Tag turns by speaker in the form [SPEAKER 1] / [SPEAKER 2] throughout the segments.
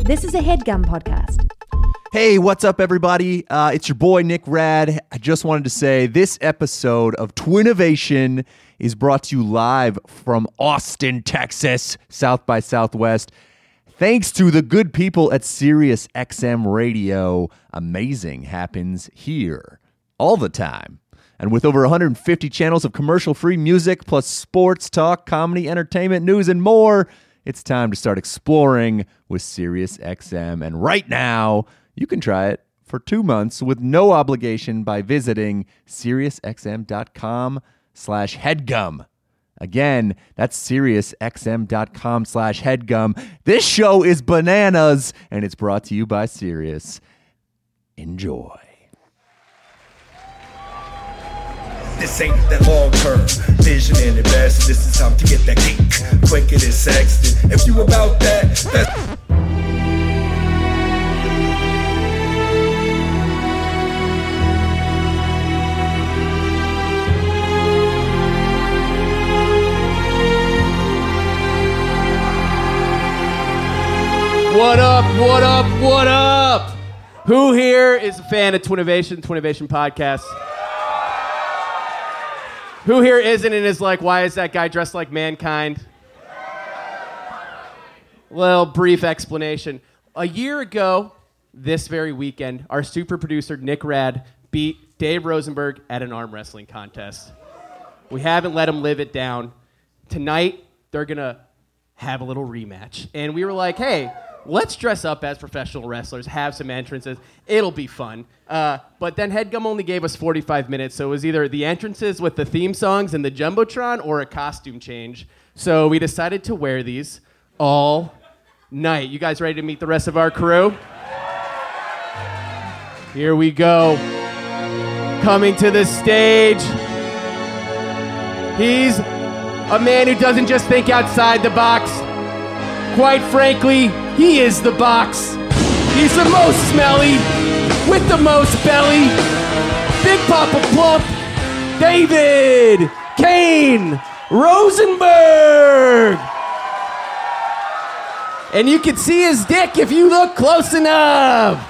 [SPEAKER 1] This is a headgum podcast.
[SPEAKER 2] Hey, what's up, everybody? Uh, it's your boy, Nick Rad. I just wanted to say this episode of Twinnovation is brought to you live from Austin, Texas, South by Southwest. Thanks to the good people at Sirius XM Radio, amazing happens here all the time. And with over 150 channels of commercial free music, plus sports, talk, comedy, entertainment, news, and more, it's time to start exploring with SiriusXM. And right now, you can try it for two months with no obligation by visiting SiriusXM.com slash headgum. Again, that's SiriusXM.com slash headgum. This show is bananas, and it's brought to you by Sirius. Enjoy.
[SPEAKER 3] This ain't that long term vision and investing. This is time to get that cake quicker than Sexton. If you about that, that's
[SPEAKER 4] What up, what up, what up? Who here is a fan of Twinnovation, Twinnovation Podcast? Who here isn't and is like, why is that guy dressed like mankind? Well, brief explanation. A year ago, this very weekend, our super producer Nick Rad beat Dave Rosenberg at an arm wrestling contest. We haven't let them live it down. Tonight, they're going to have a little rematch. And we were like, hey, let's dress up as professional wrestlers, have some entrances. It'll be fun. Uh, but then Headgum only gave us 45 minutes, so it was either the entrances with the theme songs and the Jumbotron or a costume change. So we decided to wear these all night. You guys ready to meet the rest of our crew? Here we go. Coming to the stage. He's a man who doesn't just think outside the box. Quite frankly, he is the box. He's the most smelly, with the most belly. Big Papa Plump, David Kane Rosenberg. And you can see his dick if you look close enough.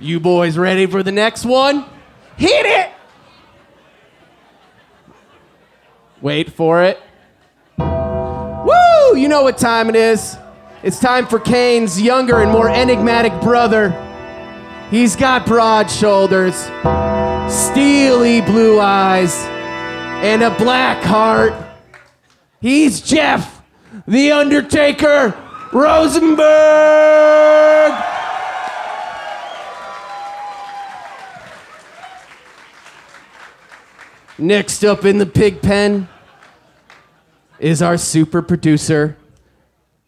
[SPEAKER 4] You boys ready for the next one? Hit it! Wait for it. Woo! You know what time it is. It's time for Kane's younger and more enigmatic brother. He's got broad shoulders, steely blue eyes, and a black heart. He's Jeff, the Undertaker Rosenberg! Next up in the pig pen is our super producer,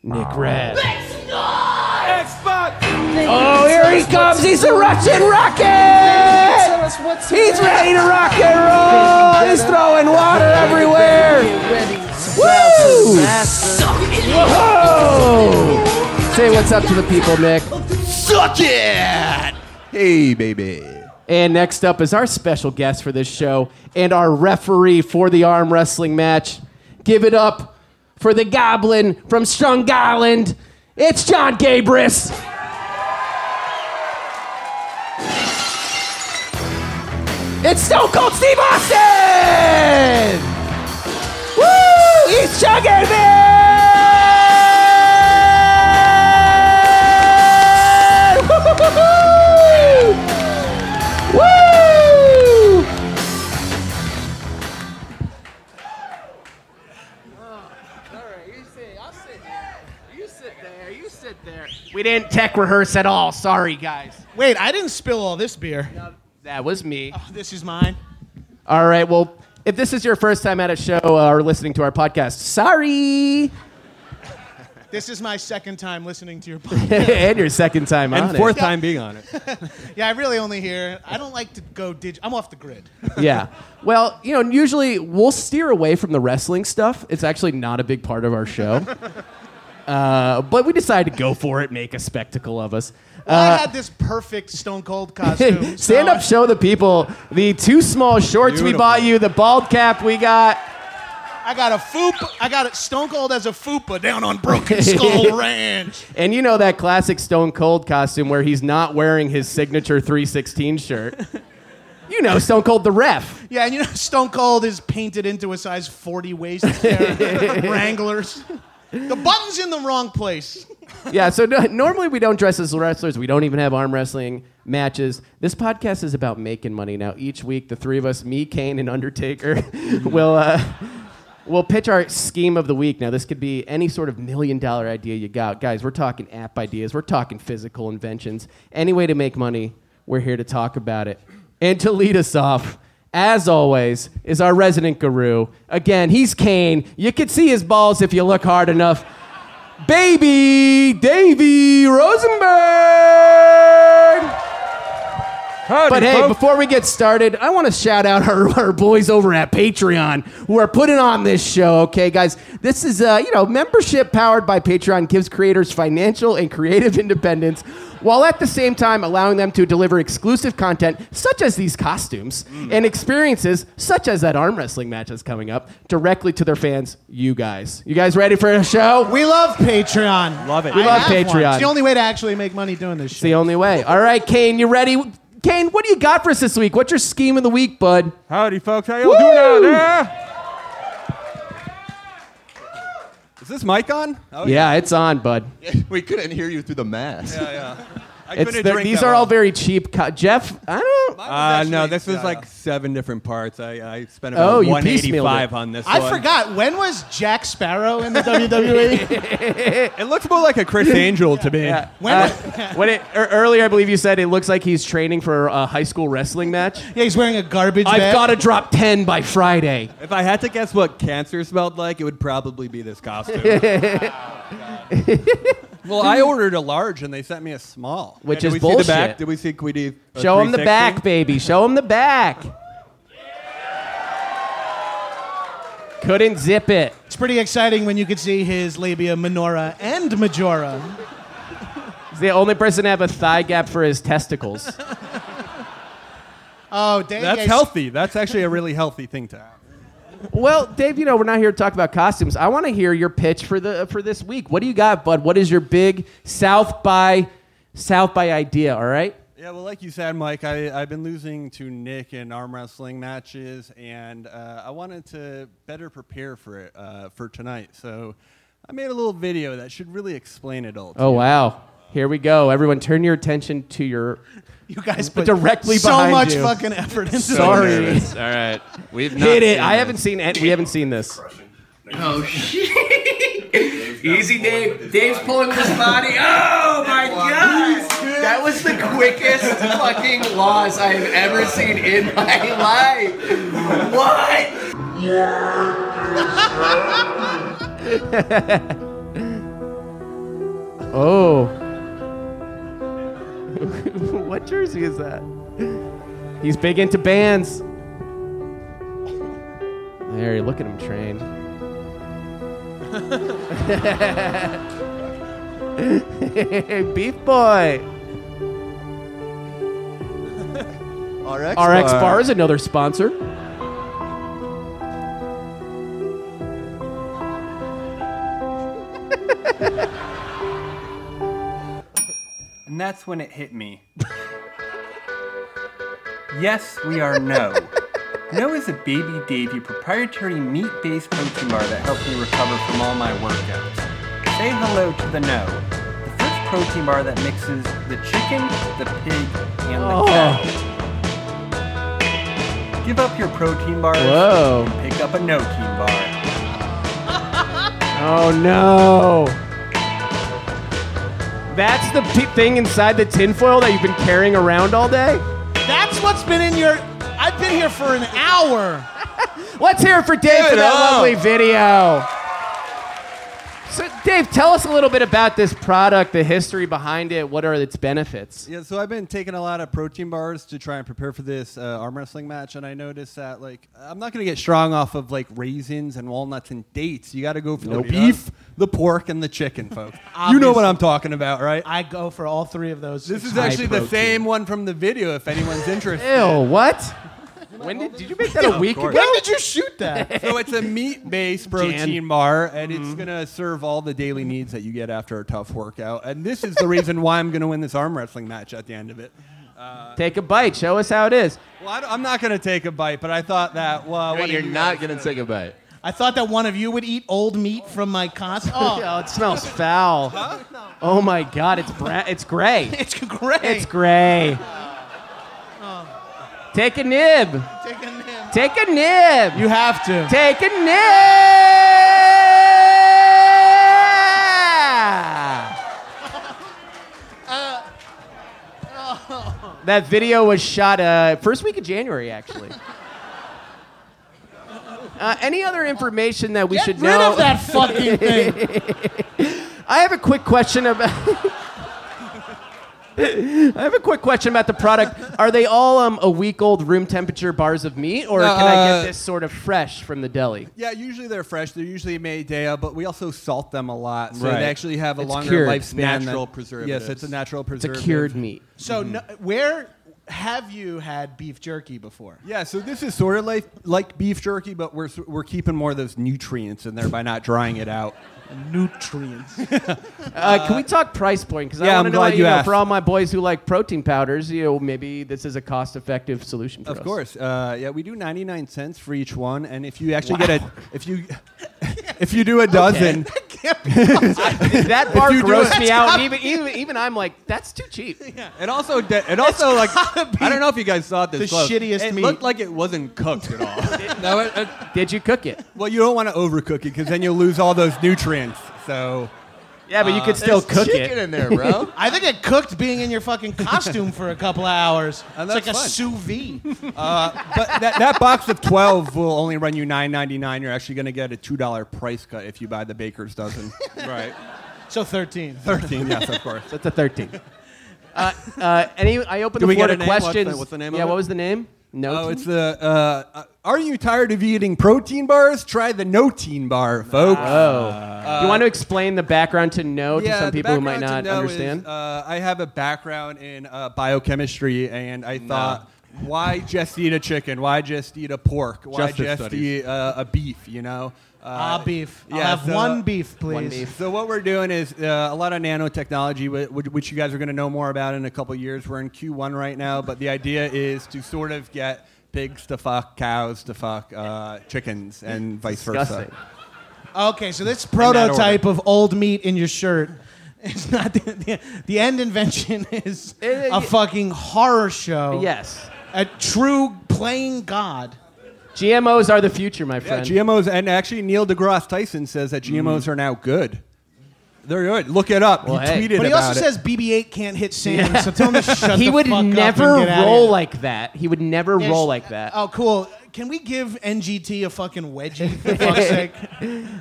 [SPEAKER 4] Nick Red. Oh, here he comes. He's a Russian rocket. He's ready to rock and roll. He's throwing water everywhere. Woo! Whoa! Say what's up to the people, Nick.
[SPEAKER 2] Suck it! Hey, baby.
[SPEAKER 4] And next up is our special guest for this show and our referee for the arm wrestling match. Give it up for the goblin from Strong Island. It's John Gabris. It's Stone Cold Steve Austin! Woo! He's chugging man! Woo-hoo-hoo-hoo! Woo! We didn't tech rehearse at all. Sorry, guys.
[SPEAKER 5] Wait, I didn't spill all this beer.
[SPEAKER 4] That was me.
[SPEAKER 5] This is mine.
[SPEAKER 4] All right. Well, if this is your first time at a show uh, or listening to our podcast, sorry.
[SPEAKER 5] This is my second time listening to your podcast.
[SPEAKER 4] and your second time on it.
[SPEAKER 6] time being on it.
[SPEAKER 5] yeah, I really only hear. I don't like to go dig. I'm off the grid.
[SPEAKER 4] yeah. Well, you know, usually we'll steer away from the wrestling stuff. It's actually not a big part of our show. Uh, but we decided to go for it, make a spectacle of us.
[SPEAKER 5] I had this perfect Stone Cold costume.
[SPEAKER 4] Stand
[SPEAKER 5] so-
[SPEAKER 4] up, show the people the two small shorts we bought you, the bald cap we got.
[SPEAKER 5] I got a fupa. I got a Stone Cold as a fupa down on Broken Skull Ranch.
[SPEAKER 4] And you know that classic Stone Cold costume where he's not wearing his signature 316 shirt. You know Stone Cold the ref.
[SPEAKER 5] Yeah, and you know Stone Cold is painted into a size 40 waist pair of Wranglers. The button's in the wrong place.
[SPEAKER 4] Yeah, so no, normally we don't dress as wrestlers. We don't even have arm wrestling matches. This podcast is about making money now. Each week, the three of us, me, Kane, and Undertaker, will uh, will pitch our scheme of the week. Now, this could be any sort of million dollar idea you got. Guys, we're talking app ideas. We're talking physical inventions. Any way to make money, we're here to talk about it. And to lead us off, as always, is our resident guru. Again, he's Kane. You could see his balls if you look hard enough baby Davy Rosenberg. But hey, before we get started, I want to shout out our, our boys over at Patreon who are putting on this show. Okay, guys, this is uh, you know membership powered by Patreon gives creators financial and creative independence, while at the same time allowing them to deliver exclusive content such as these costumes and experiences such as that arm wrestling match that's coming up directly to their fans. You guys, you guys ready for a show?
[SPEAKER 5] We love Patreon.
[SPEAKER 6] Love it.
[SPEAKER 5] I
[SPEAKER 6] We
[SPEAKER 4] love
[SPEAKER 5] have one.
[SPEAKER 4] Patreon.
[SPEAKER 5] It's the only way to actually make money doing this
[SPEAKER 4] It's the
[SPEAKER 5] shit.
[SPEAKER 4] only way. All right, Kane, you ready? Kane, what do you got for us this week? What's your scheme of the week, bud?
[SPEAKER 6] Howdy, folks. How y'all doing out there? Is this mic on? Oh,
[SPEAKER 4] Yeah, it's on, bud.
[SPEAKER 2] we couldn't hear you through the mask.
[SPEAKER 6] yeah, yeah. I
[SPEAKER 4] It's
[SPEAKER 6] couldn't
[SPEAKER 4] the-
[SPEAKER 6] drink
[SPEAKER 4] these
[SPEAKER 6] that
[SPEAKER 4] are all
[SPEAKER 6] one.
[SPEAKER 4] very cheap. Co- Jeff, I don't.
[SPEAKER 6] Uh, no, this was like seven different parts. I, I spent about
[SPEAKER 4] Oh, you piecemealed
[SPEAKER 6] 185
[SPEAKER 4] it.
[SPEAKER 6] on this
[SPEAKER 5] I
[SPEAKER 6] one.
[SPEAKER 5] forgot when was Jack Sparrow in the WWE?
[SPEAKER 6] It looks more like a Chris Angel to me.
[SPEAKER 4] Yeah.
[SPEAKER 5] When-
[SPEAKER 4] Uh, when it, er, earlier, I believe you said it looks like he's training for a high school wrestling match.
[SPEAKER 5] yeah, he's wearing a garbage
[SPEAKER 4] I've
[SPEAKER 5] bag.
[SPEAKER 4] got to drop ten by Friday.
[SPEAKER 6] If I had to guess what cancer smelled like, it would probably be this costume. well, I ordered a large and they sent me a small.
[SPEAKER 4] Which
[SPEAKER 6] Did
[SPEAKER 4] is
[SPEAKER 6] we see the back?
[SPEAKER 4] bullshit.
[SPEAKER 6] Did we see? uh, Could we do a
[SPEAKER 4] Show him the
[SPEAKER 6] 360?
[SPEAKER 4] back, baby. Show him the back. Couldn't zip it.
[SPEAKER 5] It's pretty exciting when you could see his labia minora and majora.
[SPEAKER 4] He's the only person to have a thigh gap for his testicles.
[SPEAKER 5] Oh, dang.
[SPEAKER 6] That's
[SPEAKER 5] I-
[SPEAKER 6] healthy. That's actually a really healthy thing to have.
[SPEAKER 4] Well, Dave, you know we're not here to talk about costumes. I want to hear your pitch for the for this week. What do you got, bud? What is your big South by South by idea? All right.
[SPEAKER 6] Yeah, well, like you said, Mike, I, I've been losing to Nick in arm wrestling matches, and uh, I wanted to better prepare for it uh, for tonight. So I made a little video that should really explain it all. To
[SPEAKER 4] Oh wow. Here we go. Everyone, turn your attention to your.
[SPEAKER 5] You guys put
[SPEAKER 4] Directly
[SPEAKER 5] so
[SPEAKER 4] behind
[SPEAKER 5] much
[SPEAKER 4] you.
[SPEAKER 5] fucking effort into
[SPEAKER 4] Sorry.
[SPEAKER 5] this.
[SPEAKER 7] All right, we've not
[SPEAKER 4] Hit it.
[SPEAKER 7] seen
[SPEAKER 4] I
[SPEAKER 7] this.
[SPEAKER 4] haven't seen. It. We haven't seen this.
[SPEAKER 8] Oh shit! Easy, Dave. Dave's pulling with his body. Oh my god! That was the quickest fucking loss I have ever seen in my life. What?
[SPEAKER 4] Oh. what jersey is that? He's big into bands. There, look at him train. Beef boy.
[SPEAKER 2] RX,
[SPEAKER 4] RX Bar is another sponsor.
[SPEAKER 9] And that's when it hit me. yes, we are No. No is a Baby Davey proprietary meat based protein bar that helped me recover from all my workouts. Say hello to the No, the first protein bar that mixes the chicken, the pig, and the
[SPEAKER 6] Oh.
[SPEAKER 9] cat. Give up your protein bars
[SPEAKER 4] Whoa.
[SPEAKER 9] and pick up a No Keen bar.
[SPEAKER 4] Oh no. That's the p- thing inside the tinfoil that you've been carrying around all day?
[SPEAKER 5] That's what's been in your. I've been here for an hour.
[SPEAKER 4] Let's hear it for Dave for
[SPEAKER 6] it
[SPEAKER 4] that
[SPEAKER 6] up.
[SPEAKER 4] lovely video. So, Dave, tell us a little bit about this product, the history behind it, what are its benefits?
[SPEAKER 6] Yeah, so I've been taking a lot of protein bars to try and prepare for this uh, arm wrestling match, and I noticed that like I'm not gonna get strong off of like raisins and walnuts and dates. You got to go for the beef, the pork, and the chicken, folks. you know what I'm talking about, right?
[SPEAKER 5] I go for all three of those.
[SPEAKER 6] this is
[SPEAKER 4] high
[SPEAKER 6] actually the
[SPEAKER 4] protein.
[SPEAKER 6] same one from the video. If anyone's interested,
[SPEAKER 4] Ew, what? When did, did you make that a week ago?
[SPEAKER 5] When did you shoot that?
[SPEAKER 6] So it's a meat-based protein bar, and
[SPEAKER 4] Mm-hmm.
[SPEAKER 6] it's gonna serve all the daily needs that you get after a tough workout. And this is the reason why I'm gonna win this arm wrestling match at the end of it.
[SPEAKER 4] Take a bite. Show us how it is.
[SPEAKER 6] Well, I am not gonna take a bite, but I thought that. Well, what do
[SPEAKER 7] You're
[SPEAKER 6] you
[SPEAKER 7] not going to take a bite.
[SPEAKER 5] I thought that one of you would eat old meat from my costume. Oh,
[SPEAKER 4] Oh, it smells foul. Oh my God, it's bra- it's gray.
[SPEAKER 5] it's great.
[SPEAKER 4] It's gray.
[SPEAKER 5] Oh.
[SPEAKER 4] Take a nib.
[SPEAKER 5] Take a nip.
[SPEAKER 4] Take a nib.
[SPEAKER 5] You have to.
[SPEAKER 4] Take a nip. That video was shot uh, first week of January, actually. Uh, any other information that we
[SPEAKER 5] Get
[SPEAKER 4] should
[SPEAKER 5] rid
[SPEAKER 4] know?
[SPEAKER 5] of that fucking thing.
[SPEAKER 4] I have a quick question about. I have a quick question about the product. Are they all um, a week old room temperature bars of meat, or can I
[SPEAKER 6] uh,
[SPEAKER 4] get this sort of fresh from the deli?
[SPEAKER 6] Yeah, usually they're fresh. They're usually made day of, but we also salt them a lot, so
[SPEAKER 4] Right.
[SPEAKER 6] they actually have a
[SPEAKER 4] It's
[SPEAKER 6] longer
[SPEAKER 4] cured.
[SPEAKER 6] lifespan.
[SPEAKER 7] Natural
[SPEAKER 6] than-
[SPEAKER 7] preservatives.
[SPEAKER 6] Yes, it's a natural
[SPEAKER 4] It's a
[SPEAKER 6] preservative.
[SPEAKER 4] cured meat.
[SPEAKER 5] So,
[SPEAKER 6] Mm-hmm.
[SPEAKER 5] no, where have you had beef jerky before?
[SPEAKER 6] Yeah, so this is sort of like like beef jerky, but we're we're keeping more of those nutrients in there by not drying it out.
[SPEAKER 5] Nutrients.
[SPEAKER 4] Uh, can we talk price point? Because
[SPEAKER 6] yeah,
[SPEAKER 4] I want to
[SPEAKER 6] I'm
[SPEAKER 4] know,
[SPEAKER 6] glad
[SPEAKER 4] you
[SPEAKER 6] you
[SPEAKER 4] know,
[SPEAKER 6] asked.
[SPEAKER 4] for all my boys who like protein powders, you know, maybe this is a cost-effective solution for us.
[SPEAKER 6] Of course, uh, yeah, we do ninety nine cents for each one, and if you actually get a if you if you do a dozen,
[SPEAKER 4] that bar
[SPEAKER 6] you do
[SPEAKER 4] grossed
[SPEAKER 6] it-
[SPEAKER 4] me out. and Even, even even I'm like, that's too cheap.
[SPEAKER 6] it also de- it also like I don't know if you guys saw this.
[SPEAKER 5] the
[SPEAKER 6] close.
[SPEAKER 5] shittiest
[SPEAKER 6] It
[SPEAKER 5] meat.
[SPEAKER 6] looked like it wasn't cooked at all. no, it, it,
[SPEAKER 4] Did you cook it?
[SPEAKER 6] well, you don't want to overcook it because then you'll lose all those nutrients. So
[SPEAKER 4] Yeah, but you could still cook
[SPEAKER 7] Chicken
[SPEAKER 4] it.
[SPEAKER 7] in there, bro.
[SPEAKER 5] I think it cooked being in your fucking costume for a couple of hours.
[SPEAKER 6] And
[SPEAKER 5] it's like
[SPEAKER 6] that's
[SPEAKER 5] a
[SPEAKER 6] fun.
[SPEAKER 5] sous vide.
[SPEAKER 6] but that, that box of 12 will only run you nine ninety nine. You're actually going to get a $2 price cut if you buy the baker's dozen. right.
[SPEAKER 5] So 13.
[SPEAKER 6] 13, yes, of course.
[SPEAKER 4] That's a 13. Uh, uh, any, I opened
[SPEAKER 6] Did
[SPEAKER 4] the
[SPEAKER 6] we
[SPEAKER 4] floor to
[SPEAKER 6] get a name? What's the-
[SPEAKER 4] questions.
[SPEAKER 6] what's the name of
[SPEAKER 4] yeah,
[SPEAKER 6] it?
[SPEAKER 4] what was the name? No.
[SPEAKER 6] Oh, it's the. Uh, uh, are you tired of eating protein bars? Try the no-teen bar, folks.
[SPEAKER 4] Oh. you want to explain the background to no to some
[SPEAKER 6] uh, the
[SPEAKER 4] people who might
[SPEAKER 6] background
[SPEAKER 4] not
[SPEAKER 6] to know is,
[SPEAKER 4] understand?
[SPEAKER 6] uh, I have a background in uh, biochemistry, and I thought, why just eat a chicken? Why just eat a pork? Why
[SPEAKER 7] Justice
[SPEAKER 6] just
[SPEAKER 7] studies.
[SPEAKER 6] eat uh, a beef? You know, uh,
[SPEAKER 5] Ah, beef. I'll
[SPEAKER 6] yeah,
[SPEAKER 5] have
[SPEAKER 6] so-
[SPEAKER 5] one beef, please.
[SPEAKER 6] So what we're doing is uh, a lot of nanotechnology, whi- which, which you guys are going to know more about in a couple of years. We're in Q1 right now, but the idea is to sort of get pigs to fuck cows to fuck uh, chickens and vice
[SPEAKER 4] Disgusting.
[SPEAKER 6] versa.
[SPEAKER 5] Okay, so this prototype of old meat in your shirt is not the, the, the end invention is
[SPEAKER 4] Eh,
[SPEAKER 5] a
[SPEAKER 4] eh,
[SPEAKER 5] fucking horror show.
[SPEAKER 4] Yes.
[SPEAKER 5] A true playing god.
[SPEAKER 4] GMOs are the future, my
[SPEAKER 6] Yeah,
[SPEAKER 4] friend.
[SPEAKER 6] GMOs, and actually Neil deGrasse Tyson says that GMOs are now good. They're good. Look it up.
[SPEAKER 4] Well,
[SPEAKER 6] he
[SPEAKER 4] hey.
[SPEAKER 6] tweeted
[SPEAKER 5] But he
[SPEAKER 6] about
[SPEAKER 5] also
[SPEAKER 6] it.
[SPEAKER 5] says BB-8 can't hit sand, so tell him to shut
[SPEAKER 4] he
[SPEAKER 5] the
[SPEAKER 4] would
[SPEAKER 5] fuck
[SPEAKER 4] never
[SPEAKER 5] up and get outta
[SPEAKER 4] roll
[SPEAKER 5] here.
[SPEAKER 4] like that. He would never
[SPEAKER 5] Yeah,
[SPEAKER 4] roll
[SPEAKER 5] sh-
[SPEAKER 4] like that.
[SPEAKER 5] Oh, cool. Can we give NGT a fucking wedgie for fuck's sake?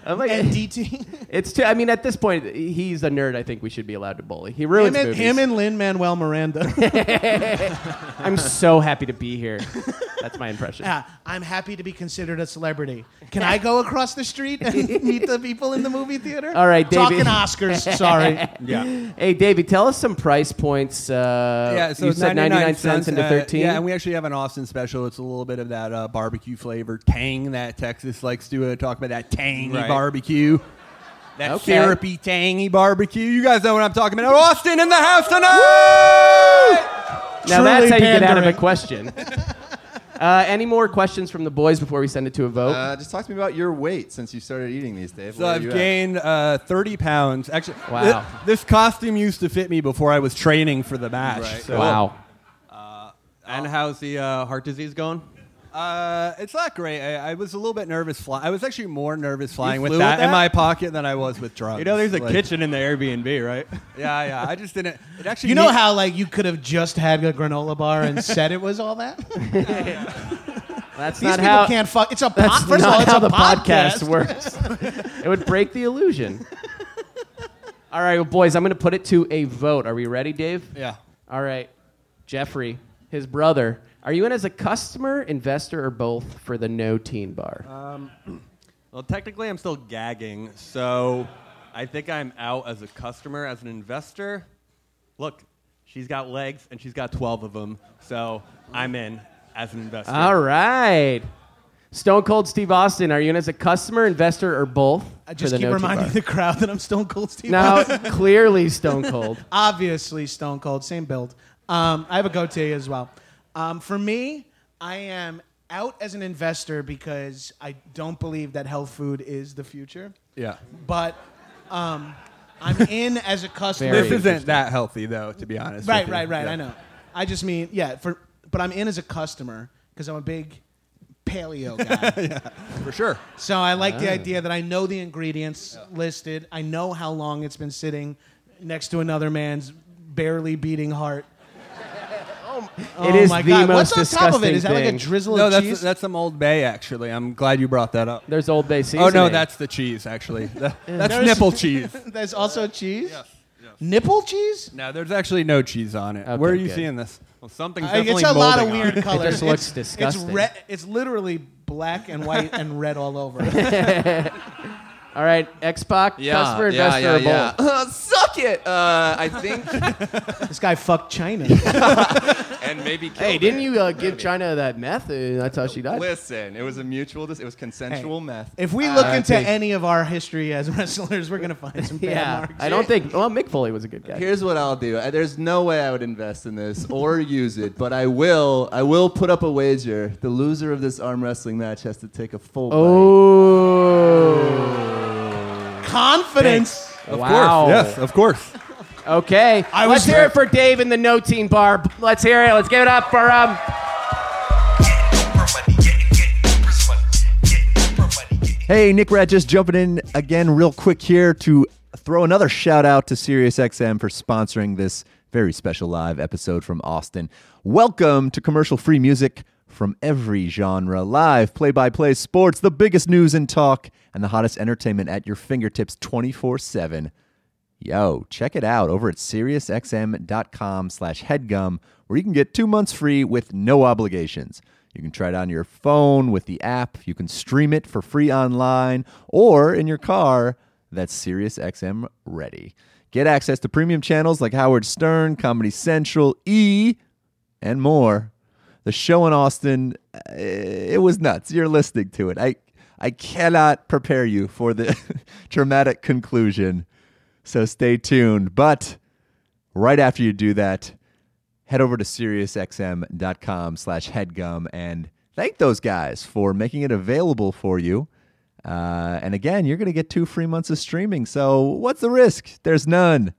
[SPEAKER 4] I'm like-
[SPEAKER 5] NDT.
[SPEAKER 4] it's too, I mean, at this point, he's a nerd. I think we should be allowed to bully. He
[SPEAKER 5] him
[SPEAKER 4] ruins
[SPEAKER 5] and,
[SPEAKER 4] movies.
[SPEAKER 5] him and Lin Manuel Miranda.
[SPEAKER 4] I'm so happy to be here. That's my impression.
[SPEAKER 5] Yeah, I'm happy to be considered a celebrity. Can I go across the street and meet the people in the movie theater?
[SPEAKER 4] All right,
[SPEAKER 5] Talking
[SPEAKER 4] Davey.
[SPEAKER 5] Oscars. Sorry.
[SPEAKER 6] yeah.
[SPEAKER 4] Hey, Davey, tell us some price points. Uh,
[SPEAKER 6] Yeah, so
[SPEAKER 4] you
[SPEAKER 6] it's
[SPEAKER 4] said 99 cents into
[SPEAKER 6] uh,
[SPEAKER 4] 13.
[SPEAKER 6] yeah, and we actually have an Austin special. It's a little bit of that uh, barbecue flavor tang that Texas likes to uh, talk about. That tangy
[SPEAKER 7] Right.
[SPEAKER 6] barbecue, that
[SPEAKER 4] Okay.
[SPEAKER 6] syrupy tangy barbecue. You guys know what I'm talking about. Austin in the house tonight.
[SPEAKER 4] now that's
[SPEAKER 5] truly
[SPEAKER 4] how you get out of a
[SPEAKER 5] pandering.
[SPEAKER 4] question. Uh, any more questions from the boys before we send it to a vote?
[SPEAKER 7] Uh, just talk to me about your weight since you started eating these, Dave.
[SPEAKER 6] So
[SPEAKER 7] Where are
[SPEAKER 6] I've
[SPEAKER 7] you at?
[SPEAKER 6] gained uh, 30 pounds. Actually,
[SPEAKER 4] Wow.
[SPEAKER 6] thi- this costume used to fit me before I was training for the match.
[SPEAKER 7] Right.
[SPEAKER 6] so-
[SPEAKER 4] wow.
[SPEAKER 6] And how's the uh, heart disease going? Uh, it's not great. I, I was a little bit nervous flying. I was actually more nervous flying with
[SPEAKER 7] flew
[SPEAKER 6] that,
[SPEAKER 7] with
[SPEAKER 6] in
[SPEAKER 7] that?
[SPEAKER 6] my pocket than I was with drugs.
[SPEAKER 9] You know, there's a
[SPEAKER 6] Like,
[SPEAKER 9] kitchen in the Airbnb, right?
[SPEAKER 6] Yeah, yeah. I just didn't. It actually.
[SPEAKER 5] You know
[SPEAKER 6] made-
[SPEAKER 5] how like you could have just had a granola bar and said it was all that? These
[SPEAKER 4] That's not
[SPEAKER 5] people
[SPEAKER 4] how,
[SPEAKER 5] can't fuck. It's a po-
[SPEAKER 4] that's
[SPEAKER 5] first of
[SPEAKER 4] not
[SPEAKER 5] all, it's
[SPEAKER 4] how
[SPEAKER 5] a
[SPEAKER 4] the podcast,
[SPEAKER 5] podcast.
[SPEAKER 4] works. it would break the illusion. All right, well, boys, I'm going to put it to a vote. Are we ready, Dave?
[SPEAKER 6] Yeah.
[SPEAKER 4] All right. Jeffrey, his brother, are you in as a customer, investor, or both for the no teen bar?
[SPEAKER 5] Uh,
[SPEAKER 9] Well, technically, I'm still gagging, so I think I'm out as a customer, as an investor. Look, she's got legs and she's got 12 of them, so I'm in. as an investor.
[SPEAKER 4] All right. Stone Cold Steve Austin, are you in as a customer, investor, or both?
[SPEAKER 5] I just
[SPEAKER 4] for the
[SPEAKER 5] keep
[SPEAKER 4] No Tea
[SPEAKER 5] reminding
[SPEAKER 4] Bar?
[SPEAKER 5] the crowd that I'm Stone Cold Steve.
[SPEAKER 4] Now,
[SPEAKER 5] Austin.
[SPEAKER 4] clearly Stone Cold.
[SPEAKER 5] obviously Stone Cold, same build. Um, I have a goatee as well. Um, for me, I am out as an investor because I don't believe that health food is the future.
[SPEAKER 6] Yeah.
[SPEAKER 5] But um, I'm in as a customer.
[SPEAKER 4] Very
[SPEAKER 6] This isn't that healthy, though, to be honest.
[SPEAKER 5] Right,
[SPEAKER 6] with you.
[SPEAKER 5] right, right.
[SPEAKER 6] Yeah.
[SPEAKER 5] I know. I just mean, yeah. For but I'm in as a customer because I'm a big paleo guy.
[SPEAKER 6] For sure.
[SPEAKER 5] So I like
[SPEAKER 6] Ah.
[SPEAKER 5] the idea that I know the ingredients listed. I know how long it's been sitting next to another man's barely beating heart. Oh,
[SPEAKER 4] is
[SPEAKER 5] my
[SPEAKER 4] the
[SPEAKER 5] God.
[SPEAKER 4] most
[SPEAKER 5] What's on top of
[SPEAKER 4] disgusting
[SPEAKER 5] it? Is that like a
[SPEAKER 4] thing.
[SPEAKER 5] drizzle
[SPEAKER 6] No,
[SPEAKER 5] of
[SPEAKER 6] that's
[SPEAKER 5] cheese?
[SPEAKER 6] that's some Old Bay, actually. I'm glad you brought that up.
[SPEAKER 4] There's Old Bay seasoning.
[SPEAKER 6] Oh, no, that's the cheese, actually. That- that's
[SPEAKER 5] There's-
[SPEAKER 6] nipple cheese.
[SPEAKER 5] There's also cheese? Nipple cheese?
[SPEAKER 6] No, there's actually no cheese on it.
[SPEAKER 4] Okay,
[SPEAKER 6] Where are you
[SPEAKER 4] good.
[SPEAKER 6] seeing this? Well, something's
[SPEAKER 5] I-
[SPEAKER 6] definitely
[SPEAKER 5] it's a lot of
[SPEAKER 6] molding on
[SPEAKER 5] weird
[SPEAKER 6] it.
[SPEAKER 5] colors.
[SPEAKER 4] just looks
[SPEAKER 5] It's-
[SPEAKER 4] disgusting.
[SPEAKER 5] It's, red, it's literally black and white and red all over.
[SPEAKER 4] All right, Xbox, customer, investor, or both?
[SPEAKER 7] Suck it. Uh, I think.
[SPEAKER 5] this guy fucked China.
[SPEAKER 7] and maybe.
[SPEAKER 4] Hey,
[SPEAKER 7] killed
[SPEAKER 4] didn't
[SPEAKER 7] it.
[SPEAKER 4] you uh, give China that meth? Uh, that's how she died.
[SPEAKER 7] Listen, it was a mutual. Dis- it was consensual meth.
[SPEAKER 5] If we look
[SPEAKER 7] Uh,
[SPEAKER 5] into
[SPEAKER 7] dude,
[SPEAKER 5] any of our history as wrestlers, we're going to find some bad
[SPEAKER 4] Yeah,
[SPEAKER 5] marks.
[SPEAKER 4] I don't think. Well, Mick Foley was a good guy.
[SPEAKER 7] Here's what I'll do. Uh, There's no way I would invest in this or use it, but I will. I will put up a wager. The loser of this arm wrestling match has to take a full.
[SPEAKER 4] Oh,
[SPEAKER 5] Confidence.
[SPEAKER 6] Of
[SPEAKER 4] Wow.
[SPEAKER 6] course. Yes, of course.
[SPEAKER 4] okay.
[SPEAKER 5] I
[SPEAKER 4] Let's
[SPEAKER 5] was-
[SPEAKER 4] hear it for Dave in the No Team Bar. Let's hear it. Let's give it up for um, him.
[SPEAKER 2] Hey, Nick Rat just jumping in again real quick here to throw another shout out to SiriusXM for sponsoring this very special live episode from Austin. Welcome to commercial free music from every genre live, play by play, sports, the biggest news and talk, and the hottest entertainment at your fingertips 24 7. Yo, check it out over at SiriusXM.com slash headgum, where you can get two months free with no obligations. You can try it on your phone with the app, you can stream it for free online, or in your car that's SiriusXM ready. Get access to premium channels like Howard Stern, Comedy Central, E, and more. The show in Austin, uh, it was nuts. You're listening to it. I, I cannot prepare you for the dramatic conclusion. So stay tuned. But right after you do that, head over to SiriusXM.com slash headgum and thank those guys for making it available for you. Uh, and again, you're going to get two free months of streaming. So what's the risk? There's none.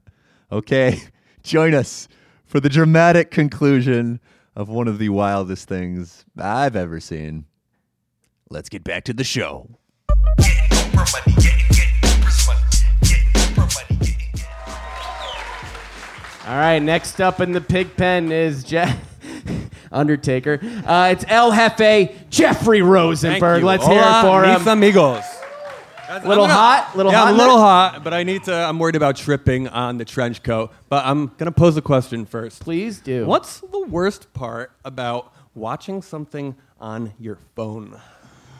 [SPEAKER 2] Okay. Join us for the dramatic conclusion of one of the wildest things I've ever seen. Let's get back to the show.
[SPEAKER 4] All right, next up in the pig pen is Jeff Undertaker. Uh, it's El Jefe Jeffrey Rosenberg. Let's hear it
[SPEAKER 6] Hola,
[SPEAKER 4] for
[SPEAKER 6] mis
[SPEAKER 4] him.
[SPEAKER 6] amigos.
[SPEAKER 4] Little
[SPEAKER 6] I'm
[SPEAKER 4] hot? Little
[SPEAKER 6] yeah,
[SPEAKER 4] hot in
[SPEAKER 6] I'm a little
[SPEAKER 4] there?
[SPEAKER 6] hot, but I need to. I'm worried about tripping on the trench coat. But I'm gonna pose a question first.
[SPEAKER 4] Please do.
[SPEAKER 6] What's the worst part about watching something on your phone?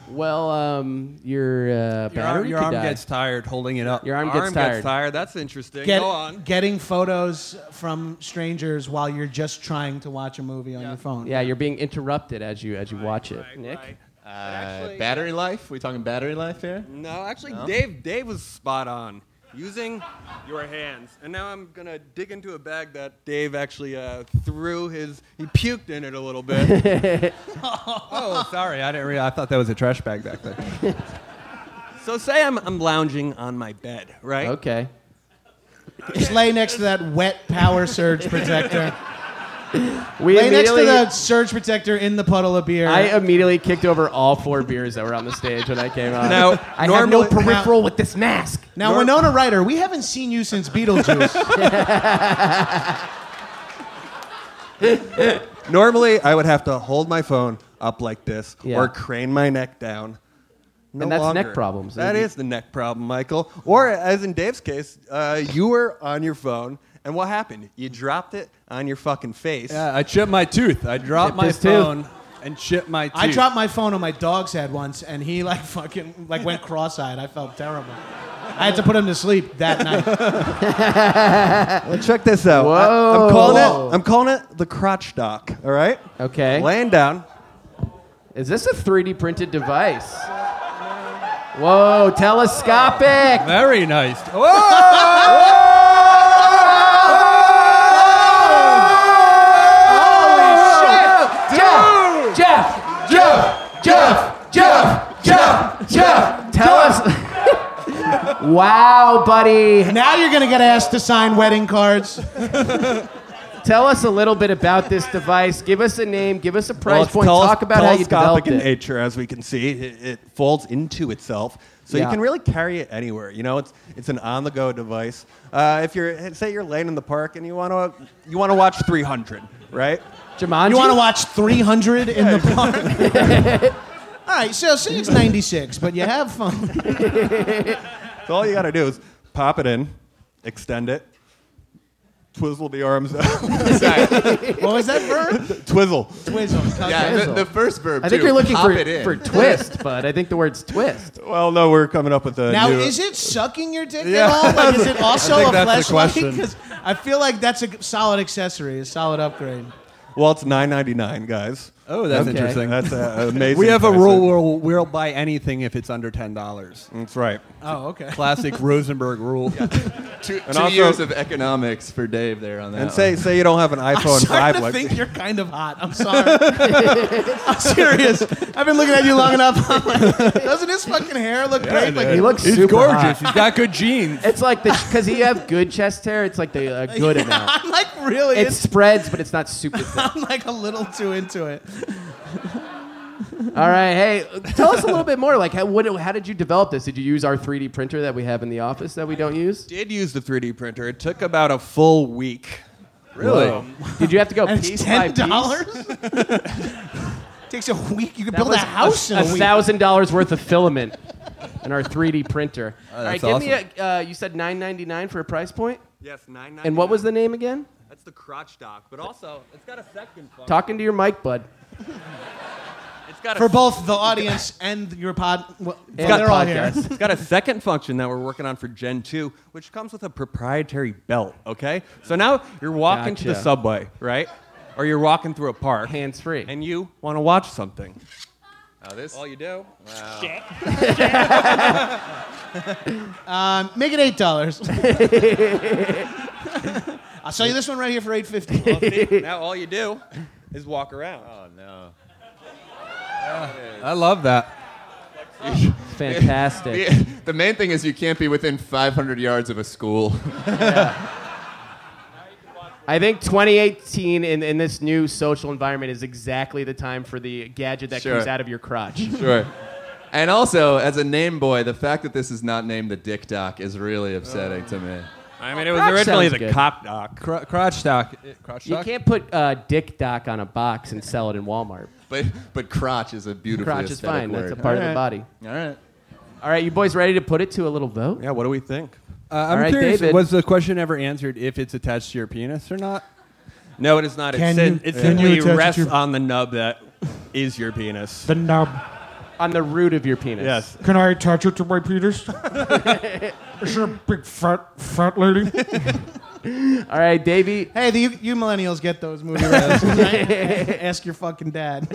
[SPEAKER 4] Well, um, your uh,
[SPEAKER 6] Your,
[SPEAKER 4] battery
[SPEAKER 6] arm, your
[SPEAKER 4] could
[SPEAKER 6] arm
[SPEAKER 4] die.
[SPEAKER 6] gets tired holding it up.
[SPEAKER 4] Your arm gets tired.
[SPEAKER 6] That's interesting.
[SPEAKER 5] Get-
[SPEAKER 6] Go on.
[SPEAKER 5] Getting photos from strangers while you're just trying to watch a movie on your phone.
[SPEAKER 4] yeah, you're being interrupted as you as you watch it.
[SPEAKER 6] Right,
[SPEAKER 4] Nick,
[SPEAKER 6] right.
[SPEAKER 7] Uh, battery life? We talking battery life here?
[SPEAKER 6] No, actually, Dave. Dave was spot on. Using your hands, and now I'm gonna dig into a bag that Dave actually uh, threw his. He puked in it a little bit. oh, sorry, I didn't realize. I thought that was a trash bag back there. so say I'm I'm lounging on my bed, right?
[SPEAKER 4] okay.
[SPEAKER 5] Just lay next to that wet power surge protector.
[SPEAKER 4] We
[SPEAKER 5] lay next to
[SPEAKER 4] immediately-
[SPEAKER 5] the surge protector in the puddle of beer.
[SPEAKER 4] I immediately kicked over all four beers that were on the stage when I came out.
[SPEAKER 6] Now,
[SPEAKER 4] I have no
[SPEAKER 6] normally-
[SPEAKER 4] peripheral with this mask.
[SPEAKER 5] now, Winona Ryder, we haven't seen you since Beetlejuice.
[SPEAKER 6] Normally, I would have to hold my phone up like this
[SPEAKER 4] Yeah.
[SPEAKER 6] or crane my neck down. No
[SPEAKER 4] And that's
[SPEAKER 6] longer.
[SPEAKER 4] neck problems.
[SPEAKER 6] That
[SPEAKER 4] Maybe-
[SPEAKER 6] is the neck problem, Michael. Or, as in Dave's case, uh, you were on your phone, and what happened? You dropped it on your fucking face. Yeah, I chipped my tooth. I dropped
[SPEAKER 4] Chipped my his phone
[SPEAKER 6] and chipped my tooth.
[SPEAKER 5] I dropped my phone on my dog's head once, and he like fucking like went cross-eyed. I felt terrible. I had to put him to sleep that night.
[SPEAKER 6] Well, check this out. I,
[SPEAKER 4] Whoa.
[SPEAKER 6] am calling
[SPEAKER 4] Whoa.
[SPEAKER 6] it. I'm calling it the crotch dock. All right.
[SPEAKER 4] Okay.
[SPEAKER 6] Laying down,
[SPEAKER 4] Is this a 3D printed device? Whoa, telescopic!
[SPEAKER 6] Very nice. Oh,
[SPEAKER 4] Jeff! Jeff! Jeff! Jeff! Jeff! Jeff! Jeff! Tell us. wow, buddy.
[SPEAKER 5] Now you're gonna get asked to sign wedding cards.
[SPEAKER 4] Tell us a little bit about this device. Give us a name. Give us a price
[SPEAKER 6] Well, it's
[SPEAKER 4] point.
[SPEAKER 6] teles-
[SPEAKER 4] Talk about how you
[SPEAKER 6] telescopic
[SPEAKER 4] developed
[SPEAKER 6] in
[SPEAKER 4] it.
[SPEAKER 6] nature, as we can see, it, it folds into itself, so
[SPEAKER 4] Yeah.
[SPEAKER 6] you can really carry it anywhere. You know, it's it's an on-the-go device. Uh, if you're say you're laying in the park and you want to you want to watch 300, right?
[SPEAKER 4] Jumanji.
[SPEAKER 5] You want to watch 300 in the park? All right, so say it's 96, but you have fun.
[SPEAKER 6] So all you got to do is pop it in, extend it, twizzle the arms out,
[SPEAKER 5] What was that verb?
[SPEAKER 6] twizzle.
[SPEAKER 5] Twizzle.
[SPEAKER 7] Yeah, the, the first verb.
[SPEAKER 4] I think
[SPEAKER 7] too,
[SPEAKER 4] you're looking
[SPEAKER 7] pop
[SPEAKER 4] for,
[SPEAKER 7] it in.
[SPEAKER 4] for twist, bud. I think the word's twist.
[SPEAKER 6] Well, no, we're coming up with a
[SPEAKER 5] Now,
[SPEAKER 6] new-
[SPEAKER 5] is it sucking your dick
[SPEAKER 6] Yeah.
[SPEAKER 5] at all? Like, is it also
[SPEAKER 6] I think
[SPEAKER 5] a
[SPEAKER 6] that's
[SPEAKER 5] flashlight?
[SPEAKER 6] the question.
[SPEAKER 5] Because I feel like that's a g- solid accessory, a solid upgrade.
[SPEAKER 6] Well, it's 9.99, guys.
[SPEAKER 9] Oh, that's
[SPEAKER 4] Okay. interesting.
[SPEAKER 6] That's uh, amazing.
[SPEAKER 9] We have a
[SPEAKER 6] price.
[SPEAKER 9] rule we'll, we'll buy anything if it's under $10.
[SPEAKER 6] That's right.
[SPEAKER 5] Oh, okay.
[SPEAKER 9] Classic Rosenberg rule.
[SPEAKER 7] Two,
[SPEAKER 6] And
[SPEAKER 7] two
[SPEAKER 6] also-
[SPEAKER 7] years of economics for Dave there on that.
[SPEAKER 6] And say say you don't have an
[SPEAKER 5] I'm
[SPEAKER 6] iPhone
[SPEAKER 5] starting
[SPEAKER 6] 5
[SPEAKER 5] to
[SPEAKER 6] like
[SPEAKER 5] think you're kind of hot. I'm sorry. I'm serious. I've been looking at you long enough. I'm like, doesn't his fucking hair look great? Like,
[SPEAKER 4] He looks super hot.
[SPEAKER 6] He's got good genes.
[SPEAKER 4] It's like the because he have good chest hair. It's like the uh, good amount.
[SPEAKER 5] I'm like really.
[SPEAKER 4] It
[SPEAKER 5] It's,
[SPEAKER 4] spreads, but it's not super thin.
[SPEAKER 5] I'm like a little too into it.
[SPEAKER 4] All right, hey, tell us a little bit more. Like, how, what, how did you develop this? Did you use our 3D printer that we have in the office that we don't use?
[SPEAKER 6] did use the 3D printer. It took about a full week. Really?
[SPEAKER 4] Did you have to go
[SPEAKER 5] And
[SPEAKER 4] piece
[SPEAKER 5] it's
[SPEAKER 4] by
[SPEAKER 5] ten
[SPEAKER 4] piece?
[SPEAKER 5] dollars. Takes a week. You could
[SPEAKER 4] That
[SPEAKER 5] build a
[SPEAKER 4] was
[SPEAKER 5] house in a week.
[SPEAKER 4] thousand dollars worth of filament in our 3D printer.
[SPEAKER 5] Oh,
[SPEAKER 4] All right,
[SPEAKER 6] that's
[SPEAKER 4] give me a. Uh, you said 9.99 for a price point,
[SPEAKER 6] Yes, nine ninety.
[SPEAKER 4] and what was the name again?
[SPEAKER 6] That's the crotch dock, but also it's got a second phone.
[SPEAKER 4] Talking to your mic, bud.
[SPEAKER 6] It's got
[SPEAKER 5] for both the audience and your pod. Well,
[SPEAKER 4] got
[SPEAKER 5] they're all here.
[SPEAKER 4] podcasts.
[SPEAKER 6] it's got a second function that we're working on for Gen 2, which comes with a proprietary belt, okay? So now you're walking to the
[SPEAKER 4] Gotcha.
[SPEAKER 6] subway, right? Or you're walking through a park.
[SPEAKER 4] Hands free.
[SPEAKER 6] And you want to watch something.
[SPEAKER 7] Oh, this-
[SPEAKER 6] All you do.
[SPEAKER 5] Um, make it eight dollars. I'll sell you this one right here for eight fifty.
[SPEAKER 6] now all you do is walk around. Oh, no.
[SPEAKER 9] I love that.
[SPEAKER 4] Fantastic.
[SPEAKER 7] the, the main thing is you can't be within 500 yards of a school.
[SPEAKER 4] I think 2018 in, in this new social environment is exactly the time for the gadget that
[SPEAKER 7] Sure.
[SPEAKER 4] comes out of your crotch.
[SPEAKER 7] sure. And also, as a name boy, the fact that this is not named the Dick Doc is really upsetting to me.
[SPEAKER 6] I mean, it was
[SPEAKER 4] Crotch
[SPEAKER 6] originally
[SPEAKER 4] sounds
[SPEAKER 6] the
[SPEAKER 4] good.
[SPEAKER 6] cop dock.
[SPEAKER 9] Cr- crotch stock. Crotch
[SPEAKER 4] You
[SPEAKER 9] stock?
[SPEAKER 4] can't put uh, Dick Doc on a box and sell it in Walmart.
[SPEAKER 7] But but crotch is a beautiful
[SPEAKER 4] Crotch is fine. That's a part of the body.
[SPEAKER 7] All right.
[SPEAKER 4] All right, you boys ready to put it to a little vote?
[SPEAKER 6] Yeah, what do we think?
[SPEAKER 9] Uh, I'm
[SPEAKER 4] right,
[SPEAKER 9] curious,
[SPEAKER 4] David.
[SPEAKER 9] was the question ever answered if it's attached to your penis or not?
[SPEAKER 6] No, it is not.
[SPEAKER 5] Can
[SPEAKER 6] it sim-
[SPEAKER 5] you-
[SPEAKER 6] it
[SPEAKER 5] can
[SPEAKER 6] simply
[SPEAKER 5] you attach it to
[SPEAKER 6] rests
[SPEAKER 5] your-
[SPEAKER 6] on the nub that is your penis.
[SPEAKER 5] The knob.
[SPEAKER 4] On the root of your penis.
[SPEAKER 6] Yes.
[SPEAKER 5] um, Can I attach it to my penis? Is she a big fat fat lady?
[SPEAKER 4] All right, Davey.
[SPEAKER 5] Hey, the, you, you millennials get those movie rights. right? Ask your fucking dad.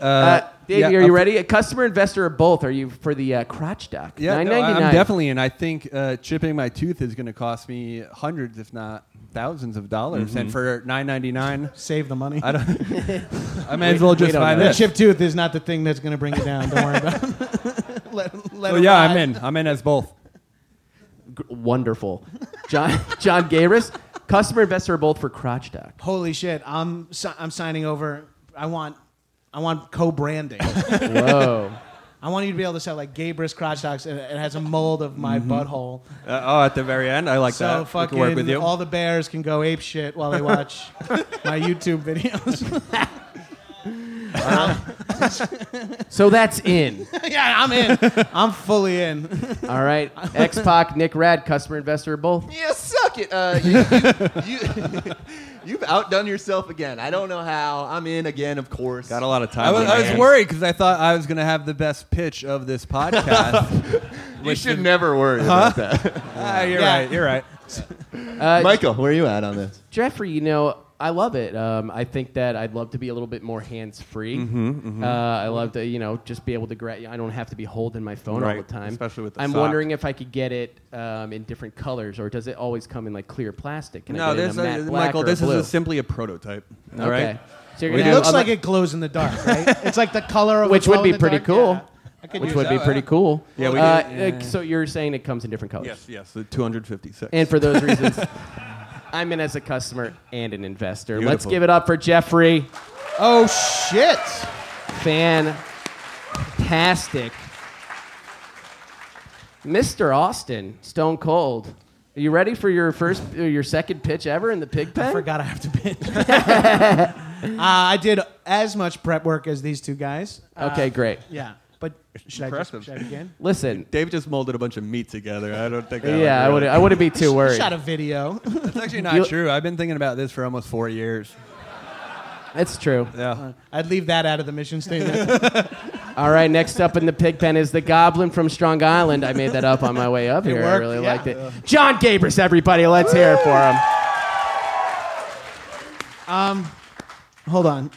[SPEAKER 4] Uh, Davey,
[SPEAKER 9] yeah,
[SPEAKER 4] are
[SPEAKER 9] I'm-
[SPEAKER 4] you ready? A customer, investor, or both? Are you for the uh, crotch doc?
[SPEAKER 9] Yeah,
[SPEAKER 4] Nine
[SPEAKER 9] no, I-
[SPEAKER 4] ninety nine.
[SPEAKER 9] I'm definitely, and I think uh, chipping my tooth is going to cost me hundreds, if not thousands, of dollars.
[SPEAKER 6] Mm-hmm.
[SPEAKER 9] And for nine ninety nine,
[SPEAKER 5] Save the money.
[SPEAKER 9] I don't. I may as well just
[SPEAKER 4] don't
[SPEAKER 9] buy
[SPEAKER 4] know.
[SPEAKER 9] this.
[SPEAKER 5] Chip tooth is not the thing that's going to bring you down. Don't worry about it. let, let
[SPEAKER 9] Oh
[SPEAKER 5] it
[SPEAKER 9] yeah, I'm
[SPEAKER 5] ride.
[SPEAKER 9] in. I'm in as both.
[SPEAKER 4] Wonderful. John John Gabris, customer, investor, or both for crotch doc.
[SPEAKER 5] Holy shit! I'm si- I'm signing over. I want I want co-branding.
[SPEAKER 4] Whoa.
[SPEAKER 5] I want you to be able to sell like Gabrus crotch socks, and it has a mold of my butthole.
[SPEAKER 6] Uh, oh, at the very end, I like that.
[SPEAKER 5] So
[SPEAKER 6] We can work with
[SPEAKER 5] fucking
[SPEAKER 6] you.
[SPEAKER 5] all the bears can go ape shit while they watch my YouTube videos.
[SPEAKER 4] so that's in.
[SPEAKER 5] yeah, I'm in. I'm fully in.
[SPEAKER 4] All right. X Pac, Nick Rad, customer, investor, or both.
[SPEAKER 7] Yeah, suck it. Uh, you, you, have outdone yourself again. I don't know how. I'm in again, of course.
[SPEAKER 6] Got a lot of time.
[SPEAKER 9] I was,
[SPEAKER 6] on
[SPEAKER 9] I
[SPEAKER 6] my
[SPEAKER 9] was
[SPEAKER 6] hands.
[SPEAKER 9] worried because I thought I was going to have the best pitch of this podcast.
[SPEAKER 7] You should never worry about that.
[SPEAKER 6] Uh,
[SPEAKER 9] Ah, you're
[SPEAKER 5] Yeah.
[SPEAKER 9] right. You're right.
[SPEAKER 7] Michael, where are you at on this?
[SPEAKER 4] Jeffrey, you know, I- I love it. Um, I think that I'd love to be a little bit more hands free.
[SPEAKER 6] Mm-hmm,
[SPEAKER 4] Uh, I love to, you know, just be able to grab. I don't have to be holding my phone all
[SPEAKER 6] Right,
[SPEAKER 4] the time.
[SPEAKER 6] especially with the
[SPEAKER 4] I'm
[SPEAKER 6] sock.
[SPEAKER 4] wondering if I could get it um, in different colors, or does it always come in like clear plastic? Can I
[SPEAKER 6] No,
[SPEAKER 4] get it in
[SPEAKER 6] this
[SPEAKER 4] a matte
[SPEAKER 6] is,
[SPEAKER 4] black
[SPEAKER 6] Michael.
[SPEAKER 4] or
[SPEAKER 6] This
[SPEAKER 4] blue?
[SPEAKER 6] is a, simply a prototype. All right.
[SPEAKER 4] okay. So you're
[SPEAKER 5] It
[SPEAKER 4] gonna have
[SPEAKER 5] looks
[SPEAKER 4] a-
[SPEAKER 5] like it glows in the dark, right? it's like the color of a
[SPEAKER 4] which would be
[SPEAKER 5] glow-in-the-dark-
[SPEAKER 4] pretty cool.
[SPEAKER 5] yeah. I could
[SPEAKER 4] Which
[SPEAKER 5] use
[SPEAKER 4] would be
[SPEAKER 5] that.
[SPEAKER 4] pretty cool.
[SPEAKER 6] Yeah, we
[SPEAKER 4] Uh,
[SPEAKER 6] did-
[SPEAKER 4] uh, So you're saying it comes in different colors.
[SPEAKER 6] Yes, yes, the 256.
[SPEAKER 4] And for those reasons, I'm in as a customer and an investor. Let's
[SPEAKER 6] Beautiful.
[SPEAKER 4] give it up for Jeffrey.
[SPEAKER 5] Oh shit!
[SPEAKER 4] Fantastic. Mr. Austin, Stone Cold. Are you ready for your first, uh, your second pitch ever in the pig pen?
[SPEAKER 5] I forgot I have to pitch. uh, I did as much prep work as these two guys. Uh,
[SPEAKER 4] Okay, great.
[SPEAKER 5] Yeah, but should I, just,
[SPEAKER 6] Impressive.
[SPEAKER 5] should I begin?
[SPEAKER 4] Listen,
[SPEAKER 6] Dave just molded a bunch of meat together. I don't think. That
[SPEAKER 4] yeah, I
[SPEAKER 6] would
[SPEAKER 4] wouldn't, I wouldn't be too worried.
[SPEAKER 5] Shot a video.
[SPEAKER 6] It's actually not
[SPEAKER 4] You-
[SPEAKER 6] true. I've been thinking about this for almost four years.
[SPEAKER 4] It's true.
[SPEAKER 6] Yeah.
[SPEAKER 5] I'd leave that out of the mission statement.
[SPEAKER 4] All right, next up in the pig pen is the goblin from Strong Island. I made that up on my way up here. I
[SPEAKER 5] worked,
[SPEAKER 4] really
[SPEAKER 5] yeah.
[SPEAKER 4] liked it. John Gabris, everybody, let's hear it for him.
[SPEAKER 5] Hold on.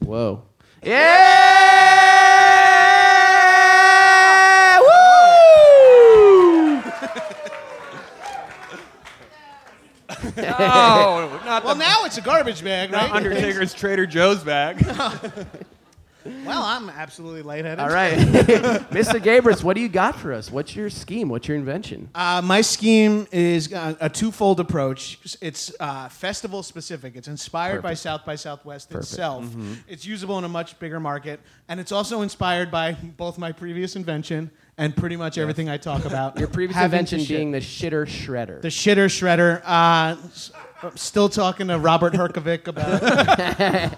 [SPEAKER 4] Whoa. Yeah! Woo!
[SPEAKER 6] oh, not
[SPEAKER 5] Well, now it's a garbage bag, right?
[SPEAKER 6] Undertaker's Trader Joe's bag.
[SPEAKER 5] well, I'm absolutely lightheaded.
[SPEAKER 4] All right. Mr. Gabris, what do you got for us? What's your scheme? What's your invention?
[SPEAKER 5] Uh, my scheme is uh, a twofold approach. It's uh, festival specific. It's inspired by South by Southwest itself.
[SPEAKER 4] Mm-hmm.
[SPEAKER 5] It's usable in a much bigger market, and it's also inspired by both my previous invention and pretty much everything I talk about.
[SPEAKER 4] Your previous
[SPEAKER 5] Having to
[SPEAKER 4] invention
[SPEAKER 5] shit.
[SPEAKER 4] being the shitter shredder.
[SPEAKER 5] the shitter shredder. Uh, s- I'm still talking to Robert Herkovic about it.
[SPEAKER 4] and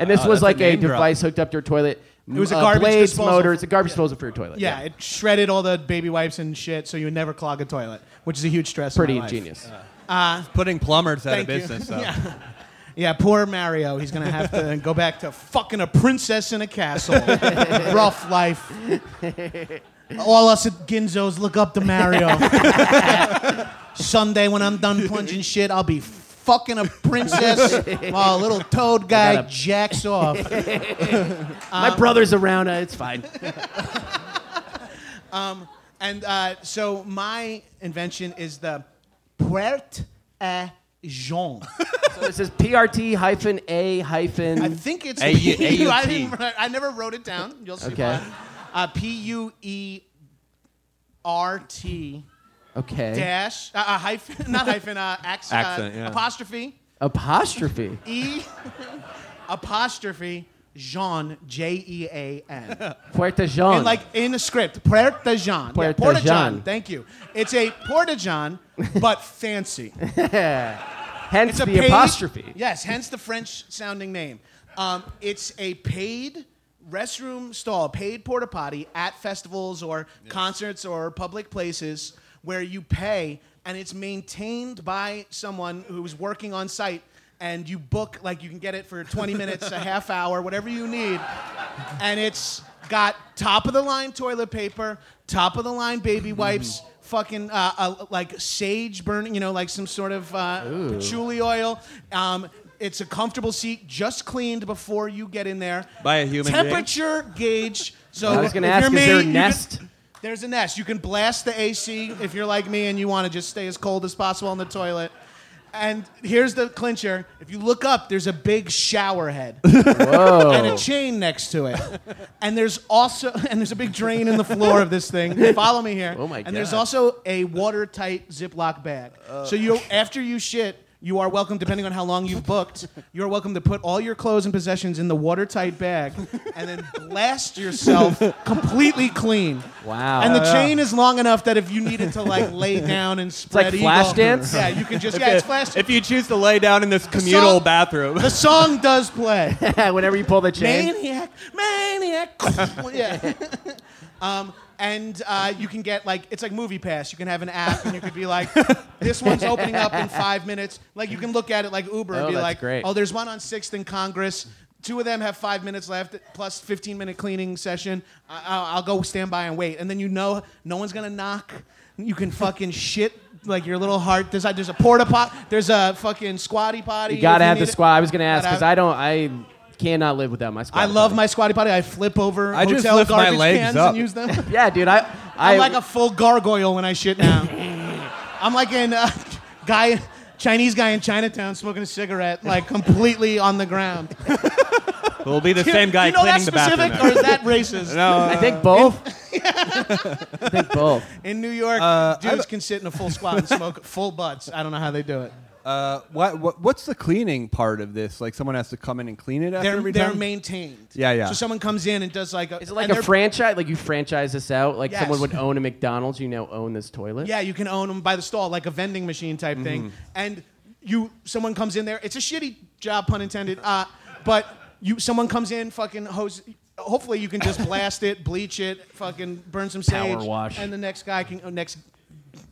[SPEAKER 5] Oh,
[SPEAKER 4] this was
[SPEAKER 6] that's a
[SPEAKER 4] like a,
[SPEAKER 6] name drop.
[SPEAKER 4] device hooked up to your toilet. It
[SPEAKER 5] was a garbage
[SPEAKER 4] blades,
[SPEAKER 5] disposal.
[SPEAKER 4] motor. It's a garbage disposal for your toilet.
[SPEAKER 5] Yeah, it shredded all the baby wipes and shit, so you would never clog a toilet, which is a huge stress. in
[SPEAKER 4] Pretty
[SPEAKER 5] my life. Uh,
[SPEAKER 4] ingenious.
[SPEAKER 6] Putting plumbers out of
[SPEAKER 5] Thank you.
[SPEAKER 6] business. Though.
[SPEAKER 5] Yeah. Yeah, poor Mario. He's gonna have to go back to fucking a princess in a castle. Rough life. All us at Ginzo's look up to Mario. Sunday when I'm done punching shit, I'll be fucking a princess while a little toad guy
[SPEAKER 4] gotta-
[SPEAKER 5] jacks off.
[SPEAKER 4] My brother's around. Uh, it's fine.
[SPEAKER 5] And uh, so my invention is the Puert a Jean.
[SPEAKER 4] so this is PRT hyphen A hyphen.
[SPEAKER 5] I think it's
[SPEAKER 6] A- U- A- U-
[SPEAKER 5] I,
[SPEAKER 6] T.
[SPEAKER 5] didn't, write- I never wrote it down. You'll see
[SPEAKER 4] Okay.
[SPEAKER 5] why. Uh, P U E R T
[SPEAKER 4] okay.
[SPEAKER 5] dash uh, uh, hyphen not hyphen uh, acc-
[SPEAKER 6] Accent,
[SPEAKER 5] uh,
[SPEAKER 6] yeah.
[SPEAKER 5] apostrophe
[SPEAKER 4] Apostrophe.
[SPEAKER 5] E apostrophe Jean J E A N.
[SPEAKER 4] Puerta Jean.
[SPEAKER 5] And like in the script, Puerta Jean. Yeah,
[SPEAKER 4] Puerta
[SPEAKER 5] Puerta
[SPEAKER 4] Jean.
[SPEAKER 5] Jean. Thank you. It's a Puerta Jean, but fancy.
[SPEAKER 4] Hence
[SPEAKER 5] It's a
[SPEAKER 4] the
[SPEAKER 5] paid-
[SPEAKER 4] apostrophe.
[SPEAKER 5] Yes, hence the French sounding name. Um, it's a paid restroom stall, paid porta potty at festivals or concerts or public places where you pay and it's maintained by someone who's working on site and you book like you can get it for 20 minutes, a half hour, whatever you need. And it's got top of the line toilet paper, top of the line baby
[SPEAKER 6] Mm-hmm.
[SPEAKER 5] wipes, fucking uh, uh, like sage burning, you know, like some sort of uh, patchouli oil. Um, it's a comfortable seat, just cleaned before you get in there.
[SPEAKER 6] By a human being?
[SPEAKER 5] temperature gauge. So
[SPEAKER 4] I was
[SPEAKER 5] going
[SPEAKER 4] gonna
[SPEAKER 5] to
[SPEAKER 4] ask, is there a nest?
[SPEAKER 5] there's a nest. You can blast the AC if you're like me and you want to just stay as cold as possible in the toilet. And here's the clincher. If you look up, there's a big shower head
[SPEAKER 4] Oh.
[SPEAKER 5] and a chain next to it. And there's also and there's a big drain in the floor of this thing. Follow me here.
[SPEAKER 4] Oh my
[SPEAKER 5] And there's
[SPEAKER 4] God.
[SPEAKER 5] also a watertight Ziploc bag. So
[SPEAKER 4] Oh.
[SPEAKER 5] you after you shit, you are welcome depending on how long you've booked. You're welcome to put all your clothes and possessions in the watertight bag and then blast yourself completely clean.
[SPEAKER 4] Wow.
[SPEAKER 5] And the chain is long enough that if you needed to like lay down and spread
[SPEAKER 4] like Flashdance?
[SPEAKER 5] eagle- yeah, you can just yeah, it's flash
[SPEAKER 6] If you choose to lay down in this communal
[SPEAKER 5] song-
[SPEAKER 6] bathroom,
[SPEAKER 5] The song does play.
[SPEAKER 4] Whenever you pull the chain.
[SPEAKER 5] maniac, maniac. yeah. um, and uh, you can get like it's like Movie Pass. You can have an app, and you could be like, this one's opening up in five minutes. Like you can look at it like Uber
[SPEAKER 4] Oh,
[SPEAKER 5] and be
[SPEAKER 4] that's
[SPEAKER 5] like,
[SPEAKER 4] great.
[SPEAKER 5] oh, there's one on Sixth and Congress. Two of them have five minutes left, plus 15 minute cleaning session. I- I'll, I'll go stand by and wait, and then you know no one's gonna knock. You can fucking shit like your little heart. There's, there's a porta pot. There's a fucking squatty potty.
[SPEAKER 4] You gotta
[SPEAKER 5] if
[SPEAKER 4] have
[SPEAKER 5] need
[SPEAKER 4] the
[SPEAKER 5] it.
[SPEAKER 4] squat. I was gonna ask
[SPEAKER 5] Gotta
[SPEAKER 4] because
[SPEAKER 5] have-
[SPEAKER 4] I don't. I cannot live without my squat.
[SPEAKER 5] I love my squatty potty. I flip over
[SPEAKER 6] I
[SPEAKER 5] hotel
[SPEAKER 6] just lift my
[SPEAKER 5] garbage
[SPEAKER 6] legs
[SPEAKER 5] cans
[SPEAKER 6] up.
[SPEAKER 5] and use them.
[SPEAKER 4] Yeah, dude. I. I
[SPEAKER 5] I'm like a full gargoyle when I shit now. I'm like an uh, guy, Chinese guy in Chinatown smoking a cigarette, like completely on the ground.
[SPEAKER 6] We'll be the same guy
[SPEAKER 5] you know that
[SPEAKER 6] cleaning the
[SPEAKER 5] specific,
[SPEAKER 6] bathroom.
[SPEAKER 5] or is that racist?
[SPEAKER 4] I
[SPEAKER 5] Uh,
[SPEAKER 4] think both. I think both.
[SPEAKER 5] In New York,
[SPEAKER 6] Uh,
[SPEAKER 5] dudes
[SPEAKER 6] I've-
[SPEAKER 5] can sit in a full squat and smoke full butts. I don't know how they do it.
[SPEAKER 6] Uh, what, what, what's the cleaning part of this? Like someone has to come in and clean it after
[SPEAKER 5] They're,
[SPEAKER 6] every
[SPEAKER 5] they're
[SPEAKER 6] time?
[SPEAKER 5] maintained.
[SPEAKER 6] Yeah, yeah.
[SPEAKER 5] So someone comes in and does like a.
[SPEAKER 4] Is it like
[SPEAKER 5] and
[SPEAKER 4] a
[SPEAKER 5] they're-
[SPEAKER 4] franchise? Like you franchise this out? Like
[SPEAKER 5] Yes.
[SPEAKER 4] someone would own a McDonald's, you now own this toilet?
[SPEAKER 5] Yeah, you can own them by the stall, like a vending machine type thing.
[SPEAKER 4] Mm-hmm.
[SPEAKER 5] And you, someone comes in there. It's a shitty job, pun intended. Uh, but you, someone comes in, fucking hose. Hopefully, you can just blast it, bleach it, fucking burn some sage,
[SPEAKER 4] Power wash.
[SPEAKER 5] and the next guy can, oh, next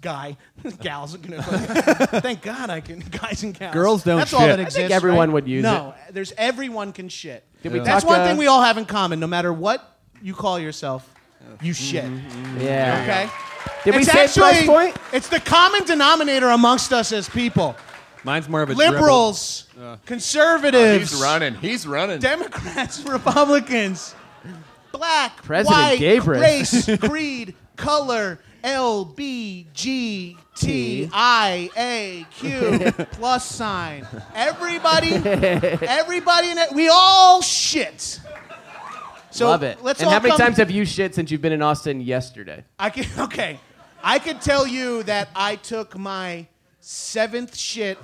[SPEAKER 5] guy, gals. are gonna- thank God I can, guys and gals.
[SPEAKER 6] Girls don't
[SPEAKER 5] That's all
[SPEAKER 6] shit.
[SPEAKER 5] that
[SPEAKER 6] I think
[SPEAKER 5] exists.
[SPEAKER 4] everyone
[SPEAKER 5] right?
[SPEAKER 4] would use
[SPEAKER 5] No, there's everyone can shit.
[SPEAKER 4] Did we
[SPEAKER 5] That's
[SPEAKER 4] talk,
[SPEAKER 5] one
[SPEAKER 4] uh,
[SPEAKER 5] thing we all have in common. No matter what you call yourself, you
[SPEAKER 4] Mm-hmm.
[SPEAKER 5] shit.
[SPEAKER 4] Yeah.
[SPEAKER 5] Okay.
[SPEAKER 4] Did we
[SPEAKER 5] It's
[SPEAKER 4] say price
[SPEAKER 5] actually-
[SPEAKER 4] point?
[SPEAKER 5] It's the common denominator amongst us as people:
[SPEAKER 6] Mine's more of a dribble.
[SPEAKER 5] liberals, conservatives,
[SPEAKER 7] Oh, He's running. He's running.
[SPEAKER 5] Democrats, Republicans, black,
[SPEAKER 4] President
[SPEAKER 5] white,
[SPEAKER 4] Gabrus.
[SPEAKER 5] race, creed, color, L B G T I A Q plus sign. Everybody, everybody in it. We all shit. So
[SPEAKER 4] Love it.
[SPEAKER 5] Let's
[SPEAKER 4] and
[SPEAKER 5] all
[SPEAKER 4] how many
[SPEAKER 5] come-
[SPEAKER 4] times have you shit since you've been in Austin yesterday?
[SPEAKER 5] I can okay. I could tell you that I took my seventh shit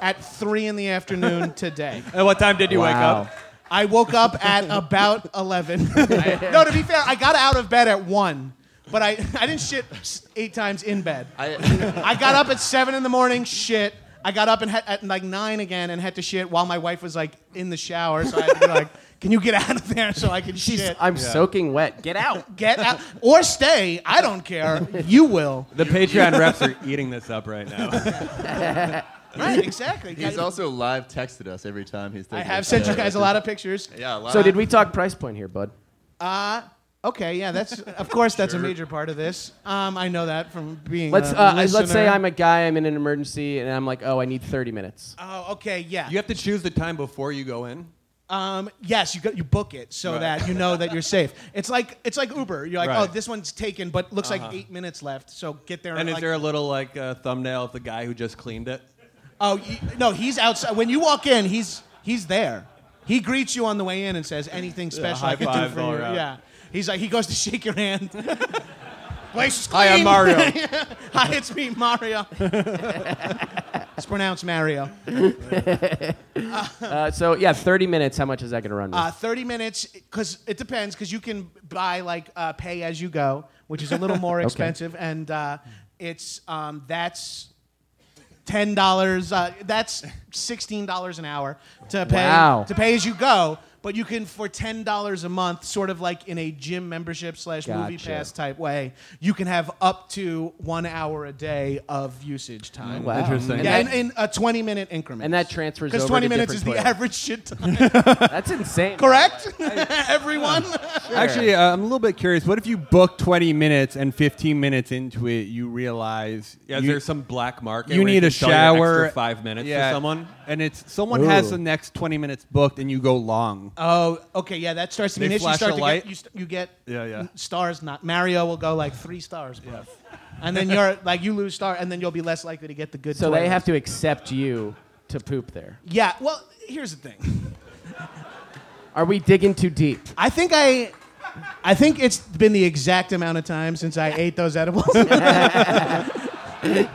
[SPEAKER 5] at three in the afternoon today.
[SPEAKER 6] At what time did you wake up?
[SPEAKER 5] I woke up at about eleven. no, to be fair, I got out of bed at one, but I, I didn't shit s- eight times in bed.
[SPEAKER 7] I,
[SPEAKER 5] I got up at seven in the morning, shit. I got up and had, at like nine again and had to shit while my wife was like in the shower, so I had to be like, "Can you get out of there so I can shit?"
[SPEAKER 4] I'm soaking wet. Get out.
[SPEAKER 5] Get out or stay. I don't care. You will.
[SPEAKER 6] The Patreon reps are eating this up right now.
[SPEAKER 5] Right, exactly.
[SPEAKER 7] he's also live texted us every time he's.
[SPEAKER 5] I
[SPEAKER 7] taking
[SPEAKER 5] have
[SPEAKER 7] a
[SPEAKER 5] sent you
[SPEAKER 7] shit.
[SPEAKER 5] guys a lot of pictures.
[SPEAKER 7] Yeah. A lot.
[SPEAKER 4] So did we talk price point here,
[SPEAKER 5] Uh,
[SPEAKER 4] bud?
[SPEAKER 5] Okay, yeah, that's of course that's a major part of this. Um, I know that from being.
[SPEAKER 4] Let's
[SPEAKER 5] a
[SPEAKER 4] uh, let's say
[SPEAKER 5] listener.
[SPEAKER 4] I'm a guy, I'm in an emergency, and I'm like, oh, I need 30 minutes.
[SPEAKER 5] Oh, okay, yeah.
[SPEAKER 6] You have to choose the time before you go in.
[SPEAKER 5] um, yes, you go, you book it so that you know that you're safe. It's like it's like Uber. You're like,
[SPEAKER 6] Right. Uh-huh.
[SPEAKER 5] oh, this one's taken, but looks like eight minutes left. So get there.
[SPEAKER 6] And is
[SPEAKER 5] like,
[SPEAKER 6] there a little like uh, thumbnail of the guy who just cleaned it?
[SPEAKER 5] Oh y- no, he's outside. When you walk in, he's he's there. He greets you on the way in and says, "Anything special
[SPEAKER 6] high
[SPEAKER 5] I can do
[SPEAKER 6] five
[SPEAKER 5] for
[SPEAKER 6] all
[SPEAKER 5] you?"
[SPEAKER 6] around.
[SPEAKER 5] Yeah. He's like he goes to shake your hand. Place is
[SPEAKER 6] Hi, I'm
[SPEAKER 5] clean.
[SPEAKER 6] Mario.
[SPEAKER 5] Hi, it's me, Mario. it's pronounced Mario.
[SPEAKER 4] Uh, so yeah, 30 minutes. How much is that gonna run? Me?
[SPEAKER 5] Uh, Thirty minutes, because it depends, because you can buy like uh, pay as you go, which is a little more expensive, and uh, it's um, that's ten dollars. Uh, that's sixteen dollars an hour to pay
[SPEAKER 4] Wow.
[SPEAKER 5] to pay as you go. But you can for ten dollars a month, sort of like in a gym membership slash movie
[SPEAKER 4] Gotcha.
[SPEAKER 5] pass type way, you can have up to one hour a day of usage time.
[SPEAKER 4] wow.
[SPEAKER 6] Interesting.
[SPEAKER 4] And
[SPEAKER 5] Yeah,
[SPEAKER 4] that-
[SPEAKER 5] in, in a twenty minute increment.
[SPEAKER 4] And that transfers
[SPEAKER 5] because
[SPEAKER 4] over
[SPEAKER 5] twenty
[SPEAKER 4] to
[SPEAKER 5] minutes is
[SPEAKER 4] different
[SPEAKER 5] the
[SPEAKER 4] toilets.
[SPEAKER 5] average shit time,
[SPEAKER 4] That's insane.
[SPEAKER 5] correct? Everyone.
[SPEAKER 6] Actually, uh, I'm a little bit curious. What if you book 20 minutes and 15 minutes into it, you realize
[SPEAKER 9] Yeah,
[SPEAKER 6] you,
[SPEAKER 9] there's some black market.
[SPEAKER 6] you
[SPEAKER 9] where
[SPEAKER 6] need
[SPEAKER 9] can
[SPEAKER 6] a
[SPEAKER 9] sell your extra
[SPEAKER 6] shower.
[SPEAKER 9] five minutes
[SPEAKER 6] yeah,
[SPEAKER 9] to someone.
[SPEAKER 6] and it's someone has
[SPEAKER 4] Ooh.
[SPEAKER 6] the next 20 minutes booked, and you go long.
[SPEAKER 5] Oh, okay, yeah, that starts to be an
[SPEAKER 6] They
[SPEAKER 5] issue. You
[SPEAKER 6] flash
[SPEAKER 5] start
[SPEAKER 6] a
[SPEAKER 5] to
[SPEAKER 6] light?
[SPEAKER 5] get you, st- you get
[SPEAKER 6] Yeah, yeah.
[SPEAKER 5] n- stars. Not Mario will go like three stars, bro. And then you're like you lose star, and then you'll be less likely to get the good.
[SPEAKER 4] So they
[SPEAKER 5] toilet.
[SPEAKER 4] have to accept you to poop there.
[SPEAKER 5] Yeah. Well, here's the thing.
[SPEAKER 4] Are we digging too deep?
[SPEAKER 5] I think I, I think it's been the exact amount of time since I ate those edibles.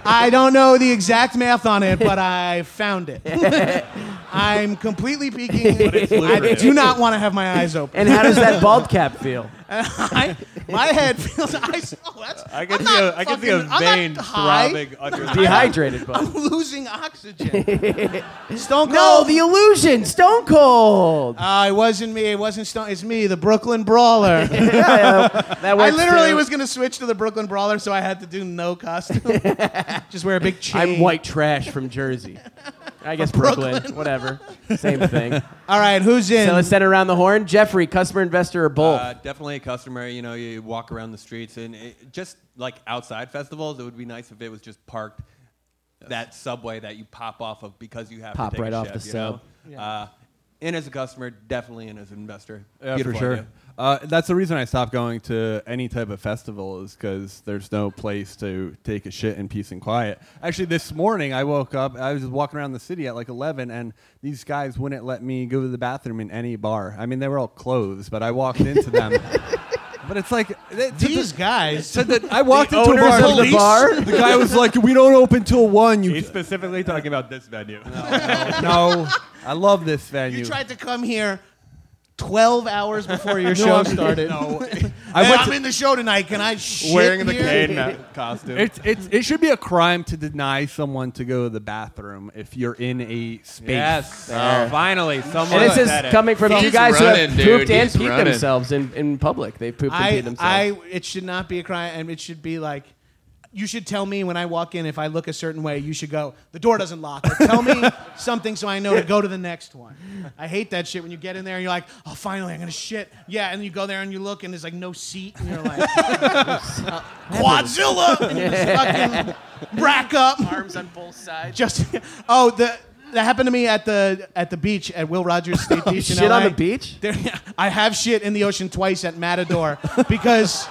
[SPEAKER 5] I don't know the exact math on it, but I found it. I'm completely peeking. I do not want to have my eyes open.
[SPEAKER 4] And how does that bald cap feel?
[SPEAKER 5] I, my head feels. I, oh, that's,
[SPEAKER 6] I can
[SPEAKER 5] I'm
[SPEAKER 6] see
[SPEAKER 5] not
[SPEAKER 6] a, I can see a
[SPEAKER 5] fucking- I'm
[SPEAKER 6] vein
[SPEAKER 5] not high.
[SPEAKER 6] throbbing under
[SPEAKER 4] Dehydrated,
[SPEAKER 5] I'm
[SPEAKER 4] bud.
[SPEAKER 5] losing oxygen. Stone Cold.
[SPEAKER 4] No, the illusion. Stone Cold.
[SPEAKER 5] Uh, it wasn't me. It wasn't Stone. It's me, the Brooklyn Brawler.
[SPEAKER 4] That
[SPEAKER 5] I
[SPEAKER 4] works
[SPEAKER 5] literally
[SPEAKER 4] too.
[SPEAKER 5] was gonna switch to the Brooklyn Brawler, so I had to do no costume. Just wear a big chain.
[SPEAKER 4] I'm white trash from Jersey. I guess Brooklyn. Whatever. Same thing.
[SPEAKER 5] All right, who's in?
[SPEAKER 4] So let's send it around the horn. Jeffrey, customer, investor, or both?
[SPEAKER 6] Uh, definitely a customer. You know, you walk around the streets and it, just like outside festivals, it would be nice if it was just parked that subway that you pop off of because you have
[SPEAKER 4] Pop
[SPEAKER 6] to take
[SPEAKER 4] right
[SPEAKER 6] a
[SPEAKER 4] off
[SPEAKER 6] shift,
[SPEAKER 4] the
[SPEAKER 6] you know?
[SPEAKER 4] sub.
[SPEAKER 6] Uh, in as a customer, definitely in as an investor.
[SPEAKER 9] Yeah, for
[SPEAKER 6] Beautiful
[SPEAKER 9] sure.
[SPEAKER 6] idea. Uh, that's the reason I stopped going to any type of festival is because there's no place to take a shit in peace and quiet. Actually, this morning I woke up. I was just walking around the city at like 11, and these guys wouldn't let me go to the bathroom in any bar. I mean, they were all closed, but I walked into them. But it's like they- to
[SPEAKER 5] These
[SPEAKER 6] the-
[SPEAKER 5] guys.
[SPEAKER 6] to the- I walked into a
[SPEAKER 4] owners
[SPEAKER 6] bar.
[SPEAKER 4] of the bar?
[SPEAKER 6] the guy was like, "We don't open till one." You
[SPEAKER 9] He's specifically talking about this venue.
[SPEAKER 6] no, I love this venue.
[SPEAKER 5] You tried to come here 12 hours before your
[SPEAKER 6] No,
[SPEAKER 5] show
[SPEAKER 6] I'm-
[SPEAKER 5] started.
[SPEAKER 6] No,
[SPEAKER 5] Hey,
[SPEAKER 6] I went
[SPEAKER 5] I'm
[SPEAKER 6] to-
[SPEAKER 5] in the show tonight. Can I shit
[SPEAKER 9] Wearing the
[SPEAKER 5] here?
[SPEAKER 9] cane ma- costume.
[SPEAKER 6] It's, it's, it should be a crime to deny someone to go to the bathroom if you're in a space.
[SPEAKER 9] Yes. Oh,
[SPEAKER 4] There.
[SPEAKER 9] finally, someone.
[SPEAKER 4] and this is
[SPEAKER 9] said it.
[SPEAKER 4] coming from you
[SPEAKER 8] He's
[SPEAKER 4] guys
[SPEAKER 8] running,
[SPEAKER 4] who have
[SPEAKER 8] dude.
[SPEAKER 4] pooped and
[SPEAKER 8] He's
[SPEAKER 4] peed
[SPEAKER 8] running.
[SPEAKER 4] themselves in, in public. They pooped and
[SPEAKER 5] I,
[SPEAKER 4] peed themselves.
[SPEAKER 5] I, it should not be a crime, and it should be like, you should tell me when I walk in if I look a certain way. You should go. The door doesn't lock. Or tell me something so I know to go to the next one. I hate that shit when you get in there and you're like, oh, finally I'm gonna shit. Yeah, and you go there and you look and there's like no seat, and you're like, Quadzilla, and you just fucking rack up.
[SPEAKER 4] Arms on both sides.
[SPEAKER 5] Just oh the. That happened to me at the at the beach at Will Rogers State Beach. in
[SPEAKER 4] Oh, shit on
[SPEAKER 5] LA.
[SPEAKER 4] the beach?
[SPEAKER 5] There, I have shit in the ocean twice at Matador because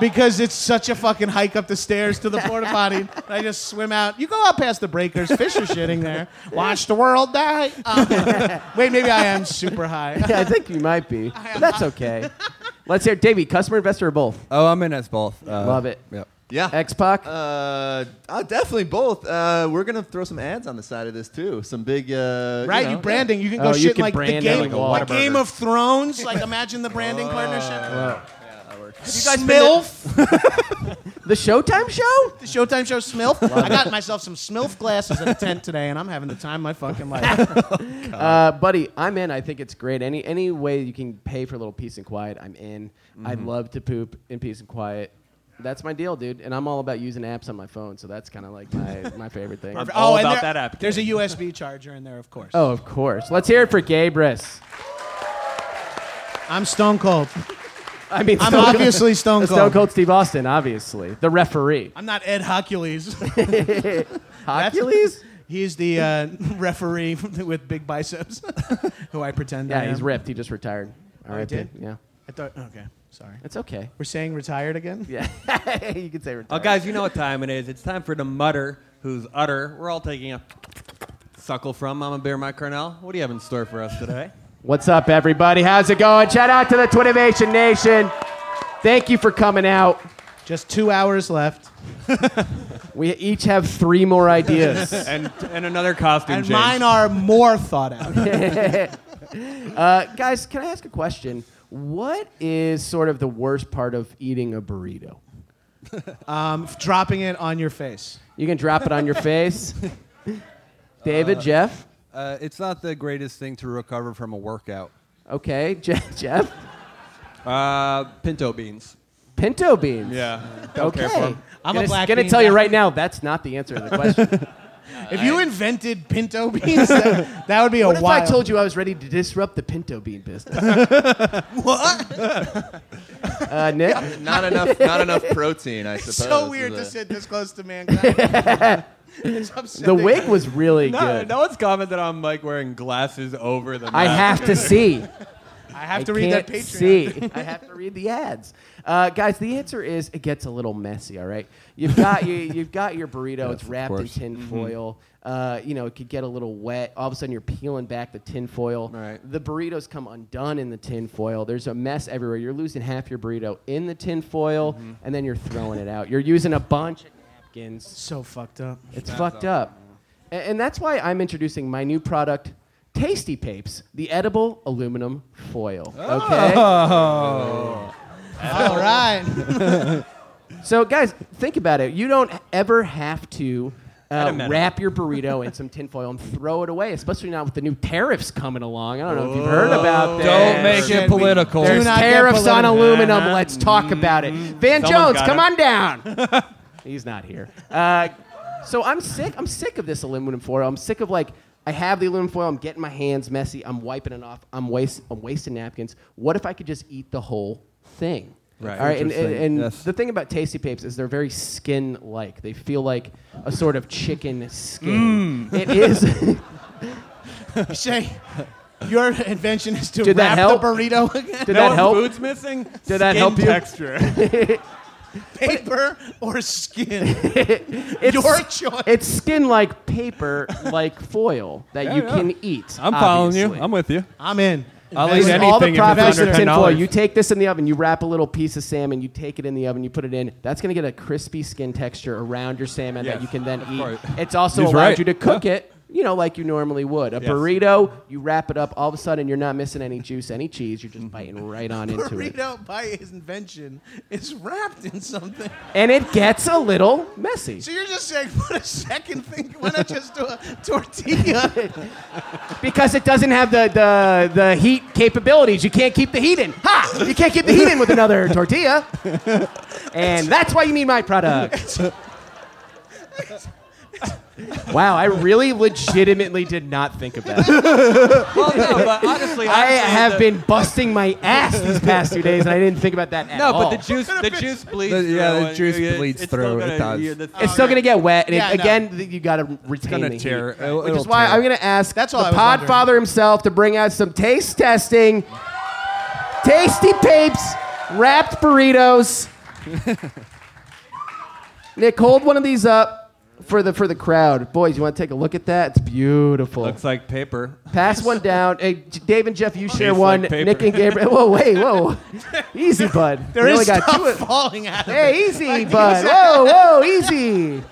[SPEAKER 5] because it's such a fucking hike up the stairs to the porta potty. I just swim out. You go out past the breakers. Fish are shitting there. Watch the world die. Um, wait, maybe I am super high.
[SPEAKER 4] I think you might be. But that's okay. Let's hear Davey, customer, investor, or both?
[SPEAKER 6] Oh, I'm in as both. Uh,
[SPEAKER 4] Love it.
[SPEAKER 6] Yep.
[SPEAKER 7] Yeah.
[SPEAKER 4] X Pac?
[SPEAKER 7] Uh, oh, definitely both. Uh, we're gonna throw some ads on the side of this too. Some big, uh,
[SPEAKER 5] Right, you,
[SPEAKER 7] know.
[SPEAKER 5] branding. You can go
[SPEAKER 4] Oh, you
[SPEAKER 5] shit
[SPEAKER 4] could
[SPEAKER 5] like the
[SPEAKER 4] brand it
[SPEAKER 5] game,
[SPEAKER 4] like a Oh,
[SPEAKER 5] like
[SPEAKER 4] Whataburger.
[SPEAKER 5] Game of Thrones. Like imagine the branding partnership.
[SPEAKER 4] you guys
[SPEAKER 5] Smilf,
[SPEAKER 4] The Showtime show?
[SPEAKER 5] the Showtime show Smilf. I got myself some Smilf glasses at a tent today, and I'm having the time of my fucking life.
[SPEAKER 4] Uh, buddy, I'm in. I think it's great. Any any way you can pay for a little peace and quiet, I'm in. I love to poop in peace and quiet. That's my deal, dude. And I'm all about using apps on my phone, so that's kind of like my, my favorite thing.
[SPEAKER 9] all
[SPEAKER 5] Oh, and
[SPEAKER 9] about
[SPEAKER 5] there-
[SPEAKER 9] that app.
[SPEAKER 5] There's a USB charger in there, of course.
[SPEAKER 4] Oh, of course. Let's hear it for Gabris.
[SPEAKER 5] I'm Stone Cold.
[SPEAKER 4] I mean,
[SPEAKER 5] I'm
[SPEAKER 4] Stone Cold-
[SPEAKER 5] obviously Stone Cold.
[SPEAKER 4] Stone Cold Steve Austin, obviously. The referee.
[SPEAKER 5] I'm not Ed Hercules.
[SPEAKER 4] Hercules?
[SPEAKER 5] He's the uh, referee with big biceps, who I pretend. I
[SPEAKER 4] Yeah, he's
[SPEAKER 5] am. Oh,
[SPEAKER 4] ripped. He just retired. All right,
[SPEAKER 5] did?
[SPEAKER 4] Yeah.
[SPEAKER 5] I thought. Okay, sorry.
[SPEAKER 4] It's okay.
[SPEAKER 5] We're saying retired again.
[SPEAKER 4] Yeah. you can say retired.
[SPEAKER 6] Oh, guys, you know what time it is. It's time for the mutter, who's utter. We're all taking a suckle from Mama Bear, Mike Cornell. What do you have in store for us today?
[SPEAKER 4] What's up, everybody? How's it going? Shout out to the Twinnovation Nation. Thank you for coming out.
[SPEAKER 5] Just two hours left,
[SPEAKER 4] We each have three more ideas.
[SPEAKER 6] and and another costume
[SPEAKER 5] and
[SPEAKER 6] change.
[SPEAKER 5] mine are more thought out.
[SPEAKER 4] Uh, guys, can I ask a question? What is sort of the worst part of eating a burrito?
[SPEAKER 5] um, dropping it on your face.
[SPEAKER 4] You can drop it on your face. David, Jeff.
[SPEAKER 6] uh, it's not the greatest thing to recover from a workout.
[SPEAKER 4] Okay, Je- Jeff.
[SPEAKER 6] Uh, pinto beans.
[SPEAKER 4] Pinto beans.
[SPEAKER 6] Yeah.
[SPEAKER 4] Okay.
[SPEAKER 5] I'm
[SPEAKER 4] gonna,
[SPEAKER 5] a black
[SPEAKER 4] gonna
[SPEAKER 5] bean
[SPEAKER 4] tell you
[SPEAKER 5] guy.
[SPEAKER 4] right now, that's not the answer to the question.
[SPEAKER 5] If you invented pinto beans, that, that would be a
[SPEAKER 4] Uh, what if
[SPEAKER 5] wild.
[SPEAKER 4] I told you I was ready to disrupt the pinto bean business? what? uh, Nick.
[SPEAKER 7] Not enough. Not enough protein. I suppose.
[SPEAKER 5] It's so weird
[SPEAKER 7] is
[SPEAKER 5] to
[SPEAKER 7] it?
[SPEAKER 5] sit this close to mankind. It's
[SPEAKER 4] The
[SPEAKER 5] upsetting.
[SPEAKER 4] wig was really
[SPEAKER 6] No,
[SPEAKER 4] good.
[SPEAKER 6] no one's commented on Mike wearing glasses over the.
[SPEAKER 4] I
[SPEAKER 6] mask.
[SPEAKER 4] have to see.
[SPEAKER 5] I have
[SPEAKER 4] I
[SPEAKER 5] to read that
[SPEAKER 4] can't
[SPEAKER 5] Patreon.
[SPEAKER 4] see. I have to read the ads. Uh, guys, the answer is it gets a little messy. All right, you've got you, you've got your burrito. it's wrapped in
[SPEAKER 6] course.
[SPEAKER 4] tin
[SPEAKER 5] Mm-hmm.
[SPEAKER 4] foil. Uh, you know, it could get a little wet. All of a sudden, you're peeling back the tin foil.
[SPEAKER 6] Right.
[SPEAKER 4] The burritos come undone in the tin foil. There's a mess everywhere. You're losing half your burrito in the tin foil,
[SPEAKER 5] Mm-hmm.
[SPEAKER 4] and then you're throwing it out. You're using a bunch of napkins.
[SPEAKER 5] So fucked up.
[SPEAKER 4] It's fucked up. A- And, that's why I'm introducing my new product, Tasty Papes, the edible aluminum foil. Okay?
[SPEAKER 6] Ah.
[SPEAKER 5] All right.
[SPEAKER 4] So, guys, think about it. You don't ever have to uh,
[SPEAKER 6] minimum.
[SPEAKER 4] wrap your burrito in some tinfoil and throw it away, especially now with the new tariffs coming along. I don't know if you've heard about that.
[SPEAKER 6] Don't make it political. Mm-hmm.
[SPEAKER 4] There's
[SPEAKER 5] Do not get
[SPEAKER 4] tariffs on
[SPEAKER 5] political.
[SPEAKER 4] aluminum. Let's talk about it. Van
[SPEAKER 6] Someone's
[SPEAKER 4] Jones,
[SPEAKER 6] got
[SPEAKER 4] come
[SPEAKER 6] it.
[SPEAKER 4] on down. He's not here. Uh, So I'm sick. I'm sick of this aluminum foil. I'm sick of like I have the aluminum foil. I'm getting my hands messy. I'm wiping it off. I'm waste. I'm wasting napkins. What if I could just eat the whole thing?
[SPEAKER 6] Right.
[SPEAKER 4] All right. And, and,
[SPEAKER 6] Interesting.
[SPEAKER 4] and
[SPEAKER 6] Yes.
[SPEAKER 4] the thing about tasty papes is they're very skin-like. They feel like a sort of chicken skin.
[SPEAKER 6] Mm.
[SPEAKER 4] It is.
[SPEAKER 5] You say your invention is to
[SPEAKER 4] Did that
[SPEAKER 5] wrap the
[SPEAKER 4] help?
[SPEAKER 5] burrito again?
[SPEAKER 4] Did that help?
[SPEAKER 6] Food's missing.
[SPEAKER 4] Did that help you?
[SPEAKER 6] Texture.
[SPEAKER 5] paper or skin?
[SPEAKER 4] It's,
[SPEAKER 5] Your choice.
[SPEAKER 4] It's skin-like paper, like foil that you
[SPEAKER 6] yeah.
[SPEAKER 4] can eat.
[SPEAKER 6] I'm following you.
[SPEAKER 4] obviously.
[SPEAKER 6] I'm with you.
[SPEAKER 5] I'm in.
[SPEAKER 6] I'll
[SPEAKER 4] This
[SPEAKER 6] eat
[SPEAKER 4] is all the
[SPEAKER 6] anything if it's
[SPEAKER 4] profits
[SPEAKER 6] under
[SPEAKER 4] of
[SPEAKER 6] ten
[SPEAKER 4] tinfoil.
[SPEAKER 6] dollars.
[SPEAKER 4] You take this in the oven, you wrap a little piece of salmon, you take it in the oven, you put it in. That's going to get a crispy skin texture around your salmon that
[SPEAKER 6] Yes,
[SPEAKER 4] you can then eat.
[SPEAKER 6] course.
[SPEAKER 4] It's also
[SPEAKER 6] He's
[SPEAKER 4] allowed
[SPEAKER 6] right.
[SPEAKER 4] you to cook it, you know, like you normally would. A
[SPEAKER 6] Yes.
[SPEAKER 4] burrito, you wrap it up. All of a sudden, you're not missing any juice, any cheese. You're just biting right on into it,
[SPEAKER 5] Burrito by his invention is wrapped in something.
[SPEAKER 4] and it gets a little messy
[SPEAKER 5] So you're just saying, put a second thing. Why not just do a tortilla?
[SPEAKER 4] because it doesn't have the, the the heat capabilities. You can't keep the heat in. Ha! You can't keep the heat in with another tortilla, and that's why you need my product. Wow, I really legitimately did not think of that.
[SPEAKER 6] Well, no, but honestly,
[SPEAKER 4] I
[SPEAKER 6] honestly,
[SPEAKER 4] have
[SPEAKER 6] the-
[SPEAKER 4] been busting my ass these past two days, and I didn't think about that at
[SPEAKER 6] No,
[SPEAKER 4] all.
[SPEAKER 6] but the juice, the juice bleeds.
[SPEAKER 2] The-
[SPEAKER 6] through
[SPEAKER 2] yeah, the
[SPEAKER 6] and
[SPEAKER 2] juice
[SPEAKER 6] you-
[SPEAKER 2] bleeds
[SPEAKER 6] it's still
[SPEAKER 2] through, it
[SPEAKER 6] gonna-
[SPEAKER 2] does.
[SPEAKER 6] you- the-
[SPEAKER 4] it's still gonna get wet, and it-
[SPEAKER 5] Yeah, no.
[SPEAKER 4] again, th- you gotta retain the
[SPEAKER 6] gonna
[SPEAKER 4] heat.
[SPEAKER 6] tear. It'll-
[SPEAKER 4] Which is
[SPEAKER 6] it'll
[SPEAKER 4] why
[SPEAKER 6] tear.
[SPEAKER 4] I'm gonna ask
[SPEAKER 5] That's all
[SPEAKER 4] the
[SPEAKER 5] I was wondering.
[SPEAKER 4] Podfather himself to bring out some taste testing, tasty papes, wrapped burritos. Nick, hold one of these up for the for the crowd, boys. You want to take a look at that? It's beautiful.
[SPEAKER 6] Looks like paper.
[SPEAKER 4] Pass one down. Hey, J- Dave and Jeff, you share
[SPEAKER 6] like
[SPEAKER 4] one.
[SPEAKER 6] paper.
[SPEAKER 4] Nick and Gabriel. Whoa, wait, whoa. Easy, bud.
[SPEAKER 5] There
[SPEAKER 4] We
[SPEAKER 5] is
[SPEAKER 4] only got two
[SPEAKER 5] stuff
[SPEAKER 4] of-
[SPEAKER 5] falling out of it.
[SPEAKER 4] Hey, easy, bud. Whoa, whoa, easy.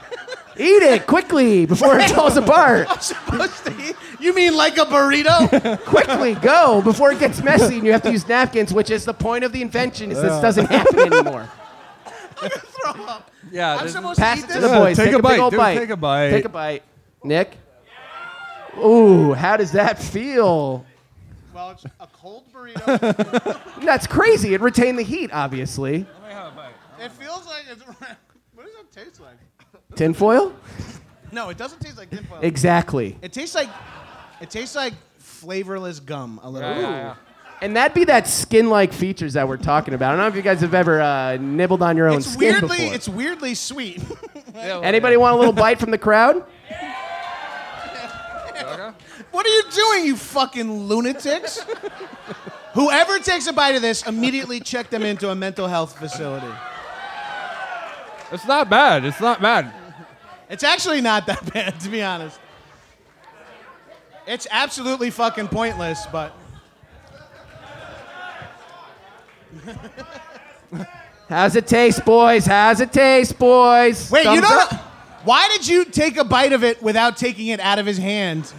[SPEAKER 4] Eat it quickly before it falls apart.
[SPEAKER 5] I'm supposed to eat. You mean like a burrito?
[SPEAKER 4] Quickly, go before it gets messy and you have to use napkins, which is the point of the invention. Is this doesn't happen anymore?
[SPEAKER 5] Throw up.
[SPEAKER 6] Yeah,
[SPEAKER 5] Oh. I'm
[SPEAKER 6] this-
[SPEAKER 5] supposed
[SPEAKER 4] Pass
[SPEAKER 5] to eat
[SPEAKER 4] it
[SPEAKER 5] this.
[SPEAKER 4] to the boys.
[SPEAKER 6] take a
[SPEAKER 4] big
[SPEAKER 6] bite,
[SPEAKER 4] old
[SPEAKER 6] dude,
[SPEAKER 4] bite.
[SPEAKER 6] take a bite.
[SPEAKER 4] Take a bite. Nick. Ooh, how does that feel?
[SPEAKER 5] Well, it's a cold burrito.
[SPEAKER 4] That's crazy. It retained the heat, obviously.
[SPEAKER 5] it feels like it's. What does it taste like?
[SPEAKER 4] Tinfoil?
[SPEAKER 5] No, it doesn't taste like tinfoil. It,
[SPEAKER 4] Exactly.
[SPEAKER 5] tastes like. It tastes like flavorless gum a little.
[SPEAKER 4] And that'd be that skin-like features that we're talking about. I don't know if you guys have ever uh, nibbled on your own
[SPEAKER 5] It's
[SPEAKER 4] skin
[SPEAKER 5] weirdly.
[SPEAKER 4] before.
[SPEAKER 5] It's weirdly sweet.
[SPEAKER 4] Anybody want a little bite from the crowd?
[SPEAKER 5] What are you doing, you fucking lunatics? Whoever takes a bite of this, immediately check them into a mental health facility.
[SPEAKER 6] It's not bad. It's not bad.
[SPEAKER 5] It's actually not that bad, to be honest. It's absolutely fucking pointless, but
[SPEAKER 4] How's it taste, boys? How's it taste, boys?
[SPEAKER 5] wait, you
[SPEAKER 4] Thumbs up.
[SPEAKER 5] don't. Why did you take a bite of it without taking it out of his hand?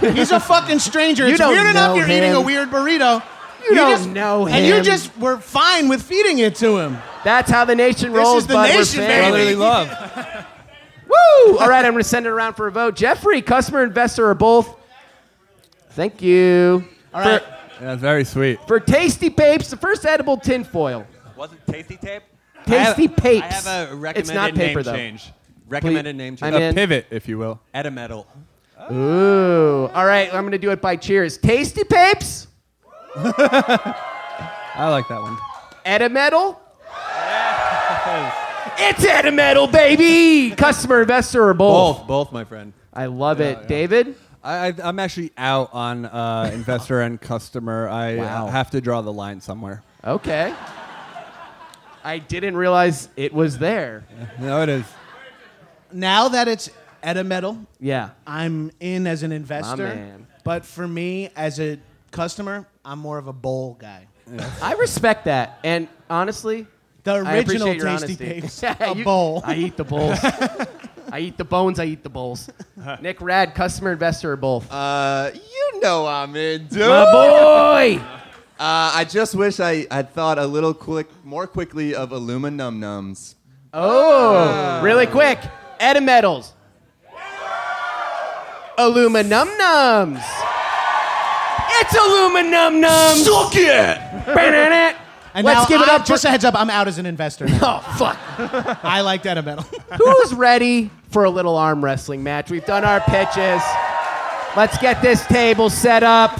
[SPEAKER 5] He's a fucking stranger.
[SPEAKER 4] You
[SPEAKER 5] it's
[SPEAKER 4] don't
[SPEAKER 5] weird enough
[SPEAKER 4] know
[SPEAKER 5] you're eating a
[SPEAKER 4] him.
[SPEAKER 5] weird burrito.
[SPEAKER 4] You don't know
[SPEAKER 5] And you
[SPEAKER 4] him.
[SPEAKER 5] just were fine with feeding it to him.
[SPEAKER 4] That's how the nation
[SPEAKER 5] This
[SPEAKER 4] rolls.
[SPEAKER 5] is the
[SPEAKER 4] bud. We're
[SPEAKER 5] nation,
[SPEAKER 4] family.
[SPEAKER 5] baby.
[SPEAKER 6] Brotherly love.
[SPEAKER 4] Woo! All right, I'm gonna send it around for a vote. Jeffrey, customer, investor, or both? Thank you.
[SPEAKER 5] All right.
[SPEAKER 6] Yeah, it's very sweet.
[SPEAKER 4] For, for tasty papes, the first edible tinfoil.
[SPEAKER 10] Was it Tasty Tape?
[SPEAKER 4] Tasty papes.
[SPEAKER 10] I have a recommended
[SPEAKER 4] it's not paper
[SPEAKER 10] name
[SPEAKER 4] though.
[SPEAKER 10] change. Recommended name
[SPEAKER 4] I'm
[SPEAKER 10] change.
[SPEAKER 6] A
[SPEAKER 4] in.
[SPEAKER 6] pivot, if you will.
[SPEAKER 10] At a metal.
[SPEAKER 4] Ooh. All right, I'm gonna do it by cheers. Tasty papes.
[SPEAKER 6] I like that one.
[SPEAKER 4] Edimetal. It's Edimetal, baby. Customer, investor, or both.
[SPEAKER 6] Both, both, my friend.
[SPEAKER 4] I love it, David.
[SPEAKER 6] I, I, I'm actually out on uh, investor and customer. I uh,
[SPEAKER 4] Wow.
[SPEAKER 6] have to draw the line somewhere.
[SPEAKER 4] Okay. I didn't realize it was there.
[SPEAKER 6] No, it is.
[SPEAKER 5] Now that it's Edimetal,
[SPEAKER 4] Yeah.
[SPEAKER 5] I'm in as an investor.
[SPEAKER 4] man.
[SPEAKER 5] But for me, as a customer, I'm more of a bowl guy.
[SPEAKER 4] I respect that. And honestly,
[SPEAKER 5] The
[SPEAKER 4] I
[SPEAKER 5] original
[SPEAKER 4] appreciate your
[SPEAKER 5] Tasty
[SPEAKER 4] honesty.
[SPEAKER 5] Papes,
[SPEAKER 4] Yeah,
[SPEAKER 5] a
[SPEAKER 4] you-
[SPEAKER 5] bowl.
[SPEAKER 4] I eat the bowls. I eat the bones, I eat the bowls. Nick Rad, customer, investor, or both?
[SPEAKER 7] Uh, you know I'm in, dude.
[SPEAKER 4] My boy!
[SPEAKER 7] Uh, I just wish I had thought a little quick, more quickly of aluminum nums.
[SPEAKER 4] Oh, really quick. Edimetals. Aluminum nums. It's aluminum nums. Suck it.
[SPEAKER 5] And
[SPEAKER 4] Let's
[SPEAKER 5] now
[SPEAKER 4] give it
[SPEAKER 5] I-
[SPEAKER 4] up for-
[SPEAKER 5] Just a heads up, I'm out as an investor. now.
[SPEAKER 4] oh fuck.
[SPEAKER 5] I like Edimetal.
[SPEAKER 4] Who's ready for a little arm wrestling match. We've done our pitches. Let's get this table set up.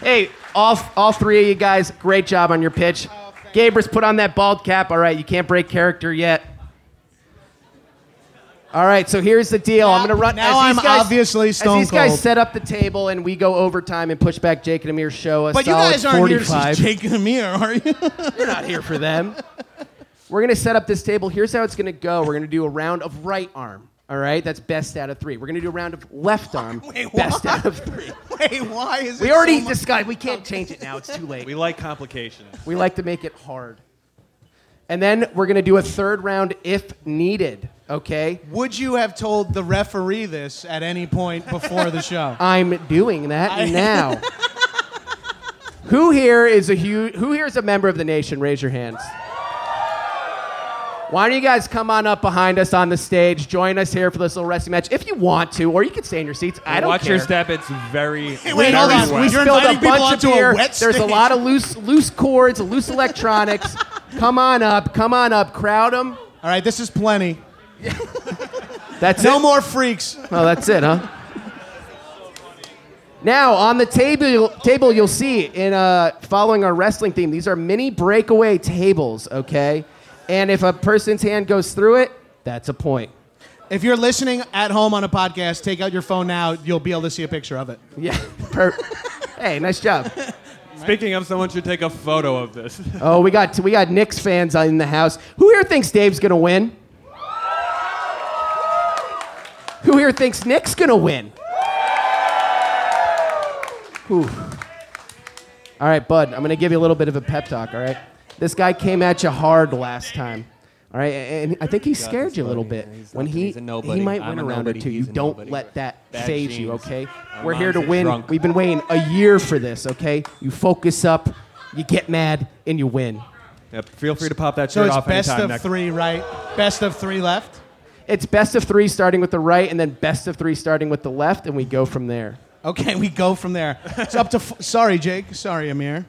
[SPEAKER 4] Hey, all, all three of you guys, great job on your pitch. Gabrus, put on that bald cap. All right, you can't break character yet. All right, so here's the deal. I'm going to run.
[SPEAKER 5] now
[SPEAKER 4] as these
[SPEAKER 5] I'm
[SPEAKER 4] guys-
[SPEAKER 5] obviously
[SPEAKER 4] As
[SPEAKER 5] Stone
[SPEAKER 4] these guys
[SPEAKER 5] Cold.
[SPEAKER 4] set up the table and we go overtime and push back Jake and Amir show us.
[SPEAKER 5] But you guys aren't here to see
[SPEAKER 4] 45.
[SPEAKER 5] Jake and Amir, are you?
[SPEAKER 4] We're not here for them. We're going to set up this table. Here's how it's going to go. We're going to do a round of right arm. All right, that's best out of three. We're going to do a round of left arm.
[SPEAKER 5] Wait,
[SPEAKER 4] best
[SPEAKER 5] what?
[SPEAKER 4] out of three.
[SPEAKER 5] Wait, why is it
[SPEAKER 4] We already
[SPEAKER 5] so much-
[SPEAKER 4] discussed. We can't change it now. It's too late.
[SPEAKER 10] We like complications.
[SPEAKER 4] We like to make it hard. And then we're going to do a third round if needed, okay?
[SPEAKER 5] Would you have told the referee this at any point before the show?
[SPEAKER 4] I'm doing that now. who here is a hu- who here is a member of the nation? Raise your hands. Why don't you guys come on up behind us on the stage? Join us here for this little wrestling match if you want to, or you can stay in your seats. I don't
[SPEAKER 10] Watch
[SPEAKER 4] care.
[SPEAKER 10] your step. It's very.
[SPEAKER 5] wait, hold
[SPEAKER 10] very
[SPEAKER 5] on.
[SPEAKER 10] wet.
[SPEAKER 5] We-
[SPEAKER 4] Spilled
[SPEAKER 5] You're
[SPEAKER 4] a
[SPEAKER 5] inviting people
[SPEAKER 4] bunch of
[SPEAKER 5] onto a
[SPEAKER 4] beer.
[SPEAKER 5] wet
[SPEAKER 4] There's a
[SPEAKER 5] stage.
[SPEAKER 4] lot of loose loose cords, loose electronics. come on up, come on up, crowd them.
[SPEAKER 5] All right, this is plenty.
[SPEAKER 4] That's
[SPEAKER 5] No
[SPEAKER 4] it.
[SPEAKER 5] more freaks.
[SPEAKER 4] Oh, that's it, huh? Now on the table, table you'll see in uh, following our wrestling theme. These are mini breakaway tables, okay? And if a person's hand goes through it, that's a point.
[SPEAKER 5] If you're listening at home on a podcast, take out your phone now. You'll be able to see a picture of it.
[SPEAKER 4] Yeah. Per- hey, nice job.
[SPEAKER 10] Speaking of, someone should take a photo of this.
[SPEAKER 4] Oh, we got we got Knicks fans in the house. Who here thinks Dave's gonna win? Who here thinks Nick's gonna win? Whew. All right, bud. I'm gonna give you a little bit of a pep talk. All right. This guy came at you hard last time. All right, and I think he scared you a little bit. when he
[SPEAKER 10] he's a nobody.
[SPEAKER 4] he might
[SPEAKER 10] I'm
[SPEAKER 4] win
[SPEAKER 10] a
[SPEAKER 4] round or
[SPEAKER 10] nobody,
[SPEAKER 4] two. You
[SPEAKER 10] he's a
[SPEAKER 4] don't
[SPEAKER 10] nobody.
[SPEAKER 4] let that
[SPEAKER 10] Bad
[SPEAKER 4] phase you,
[SPEAKER 10] genes.
[SPEAKER 4] okay?
[SPEAKER 10] My
[SPEAKER 4] We're here to
[SPEAKER 10] mom's a
[SPEAKER 4] win.
[SPEAKER 10] drunk.
[SPEAKER 4] We've been waiting a year for this, okay? You focus up, you get mad, and you win.
[SPEAKER 10] Yep, feel free to pop that
[SPEAKER 5] So
[SPEAKER 10] shirt
[SPEAKER 5] it's
[SPEAKER 10] off
[SPEAKER 5] best
[SPEAKER 10] anytime
[SPEAKER 5] of
[SPEAKER 10] next.
[SPEAKER 5] three, right? Best of three left.
[SPEAKER 4] It's best of three starting with the right, and then best of three starting with the left, and we go from there.
[SPEAKER 5] Okay, we go from there. It's up to. F- sorry, Jake. Sorry, Amir.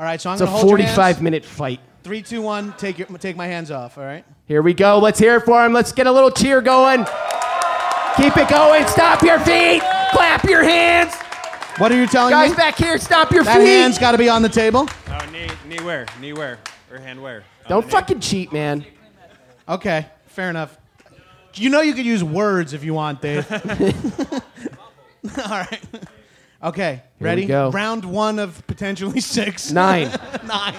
[SPEAKER 5] All right, so I'm
[SPEAKER 4] It's a
[SPEAKER 5] gonna hold your hands.
[SPEAKER 4] 45 minute fight.
[SPEAKER 5] Three, two, one. Take your take my hands off. All right.
[SPEAKER 4] Here we go. Let's hear it for him. Let's get a little cheer going. Keep it going. Stop your feet. Clap your hands.
[SPEAKER 5] What are you telling
[SPEAKER 4] Guys
[SPEAKER 5] me?
[SPEAKER 4] back here, stop your
[SPEAKER 5] that
[SPEAKER 4] feet.
[SPEAKER 5] hand's got to be on the table.
[SPEAKER 10] Oh, knee, knee wear, knee wear, or hand wear.
[SPEAKER 4] Don't fucking cheat, man.
[SPEAKER 5] Okay, fair enough. You know you could use words if you want, Dave. All right. Okay,
[SPEAKER 4] we
[SPEAKER 5] ready?
[SPEAKER 4] go.
[SPEAKER 5] Round one of potentially six.
[SPEAKER 4] Nine.
[SPEAKER 5] Nine.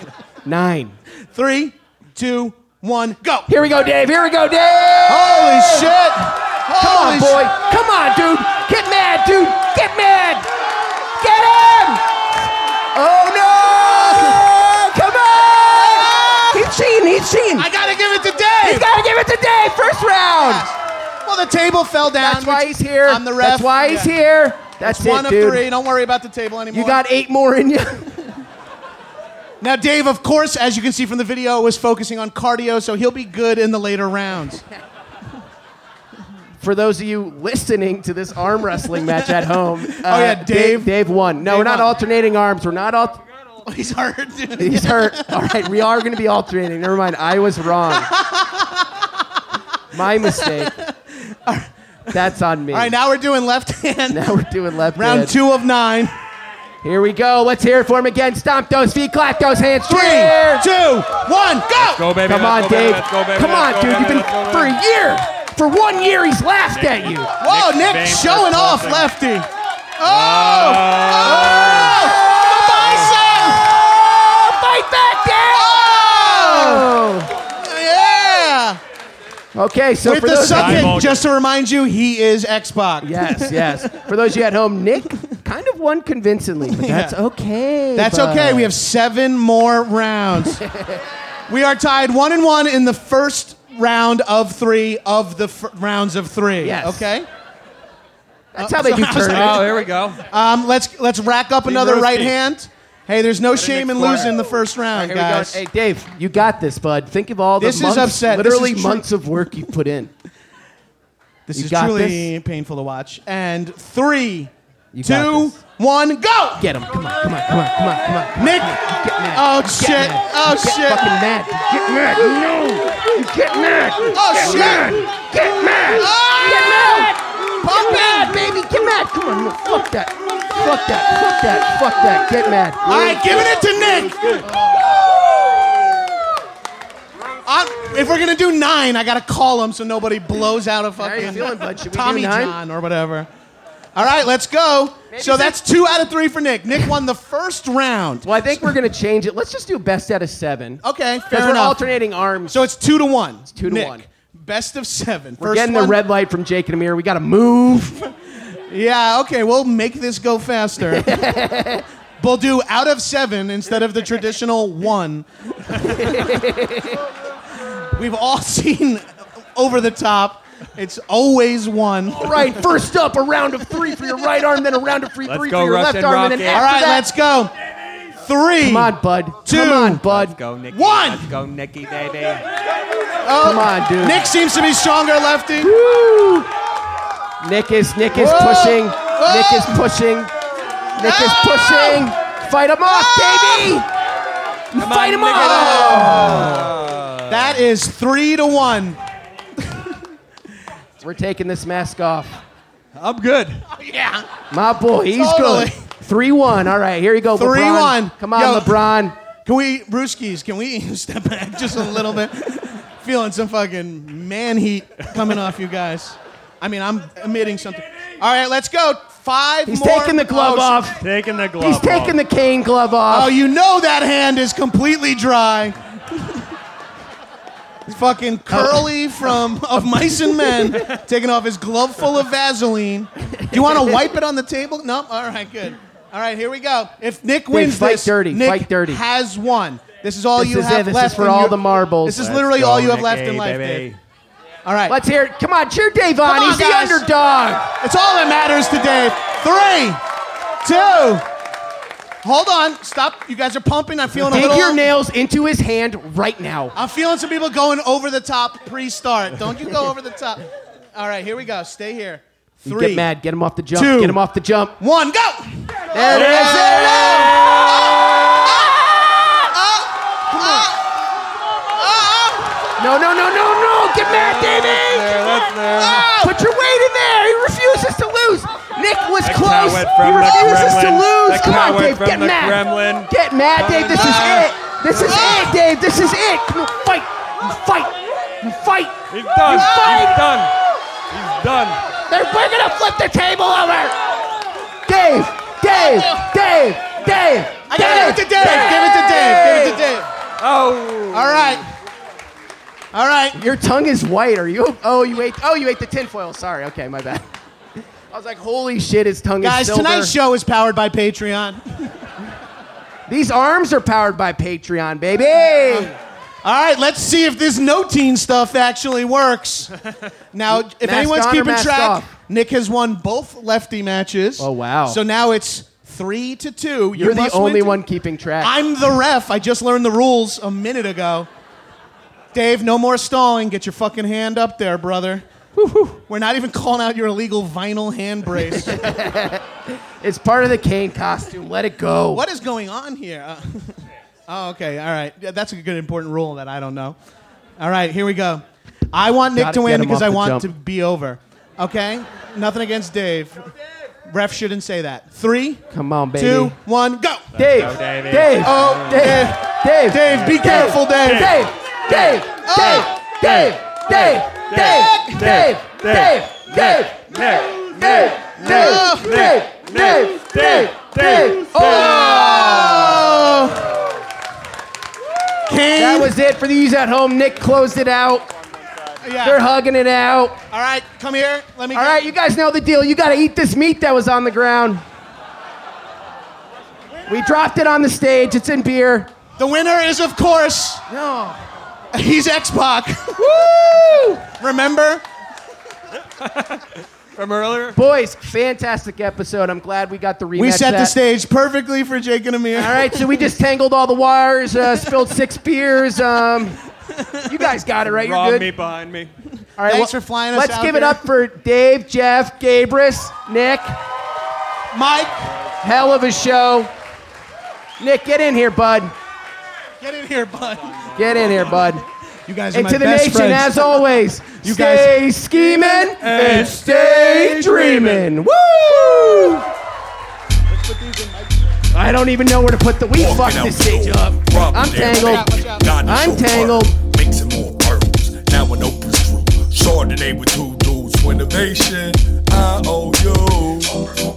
[SPEAKER 4] Nine.
[SPEAKER 5] Three, two, one, go.
[SPEAKER 4] Here we go, Dave. Here we go, Dave.
[SPEAKER 5] Holy shit.
[SPEAKER 4] Come on,
[SPEAKER 5] Holy
[SPEAKER 4] boy.
[SPEAKER 5] sh-
[SPEAKER 4] Come on, dude. Get mad, dude. Get mad. Get him. Oh, no. Come on. He's cheating. He's cheating.
[SPEAKER 5] I gotta give it to
[SPEAKER 4] He's
[SPEAKER 5] Dave.
[SPEAKER 4] got to give it to Dave. First round.
[SPEAKER 5] well, the table fell down.
[SPEAKER 4] That's why
[SPEAKER 5] which-
[SPEAKER 4] he's here.
[SPEAKER 5] I'm the ref.
[SPEAKER 4] That's why he's
[SPEAKER 5] Yeah.
[SPEAKER 4] here. That's
[SPEAKER 5] It's
[SPEAKER 4] it,
[SPEAKER 5] one of
[SPEAKER 4] dude.
[SPEAKER 5] three. Don't worry about the table anymore.
[SPEAKER 4] You got eight more in you.
[SPEAKER 5] now, Dave. Of course, as you can see from the video, was focusing on cardio, so he'll be good in the later rounds.
[SPEAKER 4] For those of you listening to this arm wrestling match at home, uh,
[SPEAKER 5] Oh, yeah,
[SPEAKER 4] Dave.
[SPEAKER 5] Dave-
[SPEAKER 4] Dave won. No,
[SPEAKER 5] Dave
[SPEAKER 4] we're not
[SPEAKER 5] won.
[SPEAKER 4] alternating arms. We're not all.
[SPEAKER 5] Oh, he's hurt, dude.
[SPEAKER 4] He's hurt. All right, we are going to be alternating. Never mind. I was wrong. My mistake. That's on me.
[SPEAKER 5] All right, now we're doing left hand.
[SPEAKER 4] Now we're doing left.
[SPEAKER 5] Round
[SPEAKER 4] hand.
[SPEAKER 5] two of nine.
[SPEAKER 4] Here we go. Let's hear it for him again. Stomp those feet. Clap those hands.
[SPEAKER 5] Three,
[SPEAKER 4] Cheer.
[SPEAKER 5] two, one, go!
[SPEAKER 10] Go, baby.
[SPEAKER 4] Come on,
[SPEAKER 10] let's go, baby,
[SPEAKER 4] Dave.
[SPEAKER 10] let's go, baby,
[SPEAKER 4] Come on,
[SPEAKER 10] let's go,
[SPEAKER 4] dude.
[SPEAKER 10] baby,
[SPEAKER 4] You've been
[SPEAKER 10] let's go,
[SPEAKER 4] for
[SPEAKER 10] baby.
[SPEAKER 4] a year. For one year, he's laughed at you.
[SPEAKER 5] Whoa, Nick,
[SPEAKER 10] Nick
[SPEAKER 5] showing
[SPEAKER 10] Vane.
[SPEAKER 5] off lefty. Oh! Oh!
[SPEAKER 4] Fight back, Dave.
[SPEAKER 5] The bison! Yeah!
[SPEAKER 4] Okay, so
[SPEAKER 5] Oh! With
[SPEAKER 4] for
[SPEAKER 5] the
[SPEAKER 4] those
[SPEAKER 5] subject,
[SPEAKER 10] Eyeball-
[SPEAKER 5] just to remind you, he is Xbox.
[SPEAKER 4] Yes, yes. For those of you at home, Nick kind of won convincingly, but that's
[SPEAKER 5] Yeah.
[SPEAKER 4] okay.
[SPEAKER 5] That's
[SPEAKER 4] bud.
[SPEAKER 5] okay. We have seven more rounds. we are tied one and one in the first round of three of the f- rounds of three.
[SPEAKER 4] Yes.
[SPEAKER 5] Okay.
[SPEAKER 4] That's how they do
[SPEAKER 10] Oh,
[SPEAKER 4] tournaments.
[SPEAKER 10] here we go.
[SPEAKER 5] Um, let's let's rack up another
[SPEAKER 10] roasty.
[SPEAKER 5] right hand. Hey, there's no shame in
[SPEAKER 10] corner.
[SPEAKER 5] losing the first round,
[SPEAKER 4] Here we go.
[SPEAKER 5] guys.
[SPEAKER 4] Hey, Dave, you got this, bud. Think of all the
[SPEAKER 5] This is
[SPEAKER 4] months,
[SPEAKER 5] upset. This
[SPEAKER 4] literally
[SPEAKER 5] is tru-
[SPEAKER 4] months of work you put in.
[SPEAKER 5] this
[SPEAKER 4] you
[SPEAKER 5] is
[SPEAKER 4] got
[SPEAKER 5] truly painful to watch. And three,
[SPEAKER 4] You got
[SPEAKER 5] two,
[SPEAKER 4] this.
[SPEAKER 5] one, go!
[SPEAKER 4] Get him. Come on, come on, come on, come on, come on.
[SPEAKER 5] Nick.
[SPEAKER 4] Get mad.
[SPEAKER 5] Oh
[SPEAKER 4] Get
[SPEAKER 5] shit!
[SPEAKER 4] mad.
[SPEAKER 5] Oh
[SPEAKER 4] Get
[SPEAKER 5] shit!
[SPEAKER 4] fucking mad. Get mad. No. Get mad.
[SPEAKER 5] Oh shit!
[SPEAKER 4] Get mad.
[SPEAKER 5] Oh!
[SPEAKER 11] Fuck that. Fuck that. Fuck that. Fuck that. Get mad.
[SPEAKER 5] All right, giving it to Nick. i if we're gonna do nine, I gotta call him so nobody blows out a
[SPEAKER 11] How you
[SPEAKER 5] fucking
[SPEAKER 11] feeling, bud? Should we do
[SPEAKER 5] Tommy
[SPEAKER 11] nine?
[SPEAKER 5] John or whatever. All right, let's go. so that's two out of three for Nick. Nick won the first round.
[SPEAKER 4] Well, I think we're gonna change it. Let's just do best out of seven.
[SPEAKER 5] Okay,
[SPEAKER 4] Because
[SPEAKER 5] fair
[SPEAKER 4] we're
[SPEAKER 5] enough.
[SPEAKER 4] alternating arms.
[SPEAKER 5] so it's two to one. It's
[SPEAKER 4] two to one.
[SPEAKER 5] Best of seven.
[SPEAKER 4] we're
[SPEAKER 5] First
[SPEAKER 4] getting
[SPEAKER 5] one.
[SPEAKER 4] the red light from Jake and Amir. We gotta move.
[SPEAKER 5] Yeah, okay, we'll make this go faster. we'll do out of seven instead of the traditional one. We've all seen over the top. It's always one. All
[SPEAKER 11] All right, first up, a round of three for your right arm, then a round of free
[SPEAKER 10] Let's
[SPEAKER 11] three
[SPEAKER 10] go,
[SPEAKER 11] for your
[SPEAKER 10] Russian
[SPEAKER 11] left arm, and
[SPEAKER 10] rocket.
[SPEAKER 11] then after
[SPEAKER 5] right,
[SPEAKER 11] that,
[SPEAKER 5] let's go. Three.
[SPEAKER 4] Come on, bud.
[SPEAKER 5] Two.
[SPEAKER 4] Come on, bud.
[SPEAKER 10] Go, Nikki.
[SPEAKER 5] One.
[SPEAKER 10] Let's go, Nikki, baby.
[SPEAKER 4] Come on, dude.
[SPEAKER 5] Nick seems to be stronger, lefty.
[SPEAKER 4] Woo! Nick is Nick is
[SPEAKER 5] Whoa!
[SPEAKER 4] pushing.
[SPEAKER 5] Whoa!
[SPEAKER 4] Nick is pushing. Nick is
[SPEAKER 5] Ah!
[SPEAKER 4] pushing. Fight him off, baby! Fight him off!
[SPEAKER 5] That is three to one.
[SPEAKER 4] We're taking this mask off.
[SPEAKER 6] I'm good.
[SPEAKER 4] My boy, he's
[SPEAKER 5] Totally.
[SPEAKER 4] good. Three one. All right, here you go.
[SPEAKER 5] 3-1.
[SPEAKER 4] LeBron. Come on,
[SPEAKER 5] Yo.
[SPEAKER 4] LeBron.
[SPEAKER 5] Can we, Brewskis, can we step back just a little bit? Feeling some fucking man heat coming off you guys. I mean, I'm emitting something. All right, let's go. Five
[SPEAKER 4] He's
[SPEAKER 5] more.
[SPEAKER 4] taking the glove
[SPEAKER 5] Oh,
[SPEAKER 4] off.
[SPEAKER 10] Taking the glove.
[SPEAKER 4] He's taking the cane glove off.
[SPEAKER 5] Oh, you know that hand is completely dry.
[SPEAKER 4] Oh.
[SPEAKER 5] fucking curly from of mice and men taking off his glove full of Vaseline. Do you want to wipe it on the table? No. All right, good. All right, here we go. If Nick wins
[SPEAKER 4] fight
[SPEAKER 5] this,
[SPEAKER 4] dirty,
[SPEAKER 5] Nick
[SPEAKER 4] fight dirty.
[SPEAKER 5] has won. This is all
[SPEAKER 4] This
[SPEAKER 5] you
[SPEAKER 4] is it.
[SPEAKER 5] have
[SPEAKER 4] This is
[SPEAKER 5] left
[SPEAKER 4] for
[SPEAKER 5] in
[SPEAKER 4] all
[SPEAKER 5] your-
[SPEAKER 4] the marbles.
[SPEAKER 5] This is
[SPEAKER 4] Let's
[SPEAKER 5] literally all you have left in life, Dave. All right,
[SPEAKER 4] Let's hear it. Come on, cheer Dave on.
[SPEAKER 5] Come on,
[SPEAKER 4] He's
[SPEAKER 5] guys.
[SPEAKER 4] the underdog.
[SPEAKER 5] it's all that matters today. Three, two. Hold on. Stop. You guys are pumping. I'm feeling a
[SPEAKER 4] Dig
[SPEAKER 5] little.
[SPEAKER 4] your nails into his hand right now.
[SPEAKER 5] I'm feeling some people going over the top pre-start. Don't you go over the top. All right, here we go. Stay here.
[SPEAKER 4] You
[SPEAKER 5] Three,
[SPEAKER 4] Get mad. Get him off the jump.
[SPEAKER 5] two,
[SPEAKER 4] Get him off the jump.
[SPEAKER 5] one, go.
[SPEAKER 4] There it is. There it is. No, no, no, no, no. Get mad, Davey. Put your weight in there. He refuses to lose. Nick was
[SPEAKER 10] cow
[SPEAKER 4] close.
[SPEAKER 10] went
[SPEAKER 4] He
[SPEAKER 10] from the
[SPEAKER 4] refuses to
[SPEAKER 10] Kremlin.
[SPEAKER 4] lose.
[SPEAKER 10] That
[SPEAKER 4] Come
[SPEAKER 10] cow
[SPEAKER 4] on,
[SPEAKER 10] went
[SPEAKER 4] Dave.
[SPEAKER 10] from
[SPEAKER 4] Get
[SPEAKER 10] the
[SPEAKER 4] mad.
[SPEAKER 10] Kremlin.
[SPEAKER 4] Get mad, Dave. This is
[SPEAKER 5] Ah.
[SPEAKER 4] it. This is it, Dave. This is it. Come on, fight. You fight. You fight.
[SPEAKER 10] He's done.
[SPEAKER 4] You
[SPEAKER 10] He's
[SPEAKER 4] fight.
[SPEAKER 10] done. He's done.
[SPEAKER 4] They're, we're gonna flip the table over. Dave. Dave. Dave. Dave.
[SPEAKER 5] I gotta give it to Dave. Give it to Dave. Give it to Dave.
[SPEAKER 10] Oh.
[SPEAKER 5] All right. All right.
[SPEAKER 4] Your tongue is white. Are you? Oh, you ate. Oh, you ate the tinfoil. Sorry. Okay, my bad. I was like, holy shit, his tongue
[SPEAKER 5] Guys,
[SPEAKER 4] is silver.
[SPEAKER 5] tonight's show is powered by Patreon.
[SPEAKER 4] These arms are powered by Patreon, baby.
[SPEAKER 5] All right, let's see if this no teen stuff actually works. Now, if
[SPEAKER 4] Mask
[SPEAKER 5] anyone's
[SPEAKER 4] on or
[SPEAKER 5] keeping
[SPEAKER 4] mask
[SPEAKER 5] track,
[SPEAKER 4] off?
[SPEAKER 5] Nick has won both lefty matches.
[SPEAKER 4] Oh, wow.
[SPEAKER 5] So now it's three to two. You
[SPEAKER 4] You're the
[SPEAKER 5] must win
[SPEAKER 4] only
[SPEAKER 5] to-
[SPEAKER 4] one keeping track.
[SPEAKER 5] I'm the ref. I just learned the rules a minute ago. Dave, no more stalling. Get your fucking hand up there, brother. We're not even calling out your illegal vinyl hand brace.
[SPEAKER 4] it's part of the Kane costume. Let it go.
[SPEAKER 5] what is going on here? Uh, oh, okay. All right. Yeah, that's a good important rule that I don't know. All right, here we go. I want Nick
[SPEAKER 4] Gotta
[SPEAKER 5] to
[SPEAKER 4] get
[SPEAKER 5] win
[SPEAKER 4] him
[SPEAKER 5] because
[SPEAKER 4] off
[SPEAKER 5] I
[SPEAKER 4] the
[SPEAKER 5] want
[SPEAKER 4] jump.
[SPEAKER 5] to be over. Okay? Nothing against Dave. Ref shouldn't say that. Three,
[SPEAKER 4] Come on, baby.
[SPEAKER 5] two, one, go.
[SPEAKER 4] Dave.
[SPEAKER 10] go, Davey.
[SPEAKER 4] Dave.
[SPEAKER 5] Oh,
[SPEAKER 4] Dave. Dave.
[SPEAKER 5] Dave, be careful, Dave.
[SPEAKER 4] Dave. Dave. Dave. Dave. Dave. Dave. Dave. Dave. Dave.
[SPEAKER 10] Nick.
[SPEAKER 4] Dave.
[SPEAKER 5] Nick.
[SPEAKER 4] Dave. Dave. Dave. Dave. Oh.
[SPEAKER 5] King.
[SPEAKER 4] That was it for these at home. Nick closed it out.
[SPEAKER 5] yeah.
[SPEAKER 4] They're hugging it out.
[SPEAKER 5] All right, come here. Let me
[SPEAKER 4] All right, you guys know the deal. You got to eat this meat that was on the ground. We dropped it on the stage. It's in beer.
[SPEAKER 5] The winner is, of course,
[SPEAKER 4] No.
[SPEAKER 5] he's X Pac.
[SPEAKER 4] Woo!
[SPEAKER 5] Remember?
[SPEAKER 6] From earlier?
[SPEAKER 4] Boys, fantastic episode. I'm glad we got the rematch.
[SPEAKER 5] We set the
[SPEAKER 4] that-
[SPEAKER 5] stage perfectly for Jake and Amir.
[SPEAKER 4] All right, so we just tangled all the wires, uh, spilled six beers. Um, you guys got it right.
[SPEAKER 10] Rob
[SPEAKER 4] You're
[SPEAKER 10] me
[SPEAKER 4] good.
[SPEAKER 10] behind me.
[SPEAKER 4] All right,
[SPEAKER 5] Thanks for flying us
[SPEAKER 4] Let's
[SPEAKER 5] out
[SPEAKER 4] give it
[SPEAKER 5] here.
[SPEAKER 4] up for Dave, Jeff, Gabris, Nick.
[SPEAKER 5] Mike,
[SPEAKER 4] Hell of a show. Nick, get in here, bud.
[SPEAKER 5] get in here, bud.
[SPEAKER 4] Get in here, bud.
[SPEAKER 5] You guys are
[SPEAKER 4] And
[SPEAKER 5] my
[SPEAKER 4] to the
[SPEAKER 5] best
[SPEAKER 4] nation,
[SPEAKER 5] friends.
[SPEAKER 4] as always,
[SPEAKER 5] You
[SPEAKER 4] stay scheming and stay dreaming. Woo! don't even know where to put the. We
[SPEAKER 12] Walking
[SPEAKER 4] fucked
[SPEAKER 12] out
[SPEAKER 4] this
[SPEAKER 12] the
[SPEAKER 4] bitch
[SPEAKER 12] door,
[SPEAKER 4] up.
[SPEAKER 12] problem
[SPEAKER 4] I'm
[SPEAKER 12] there.
[SPEAKER 4] tangled.
[SPEAKER 12] Dinosaur
[SPEAKER 4] I'm tangled.
[SPEAKER 12] world, Mixing more pearls. Now an open screw. Chardonnay with two dudes for innovation. I owe you.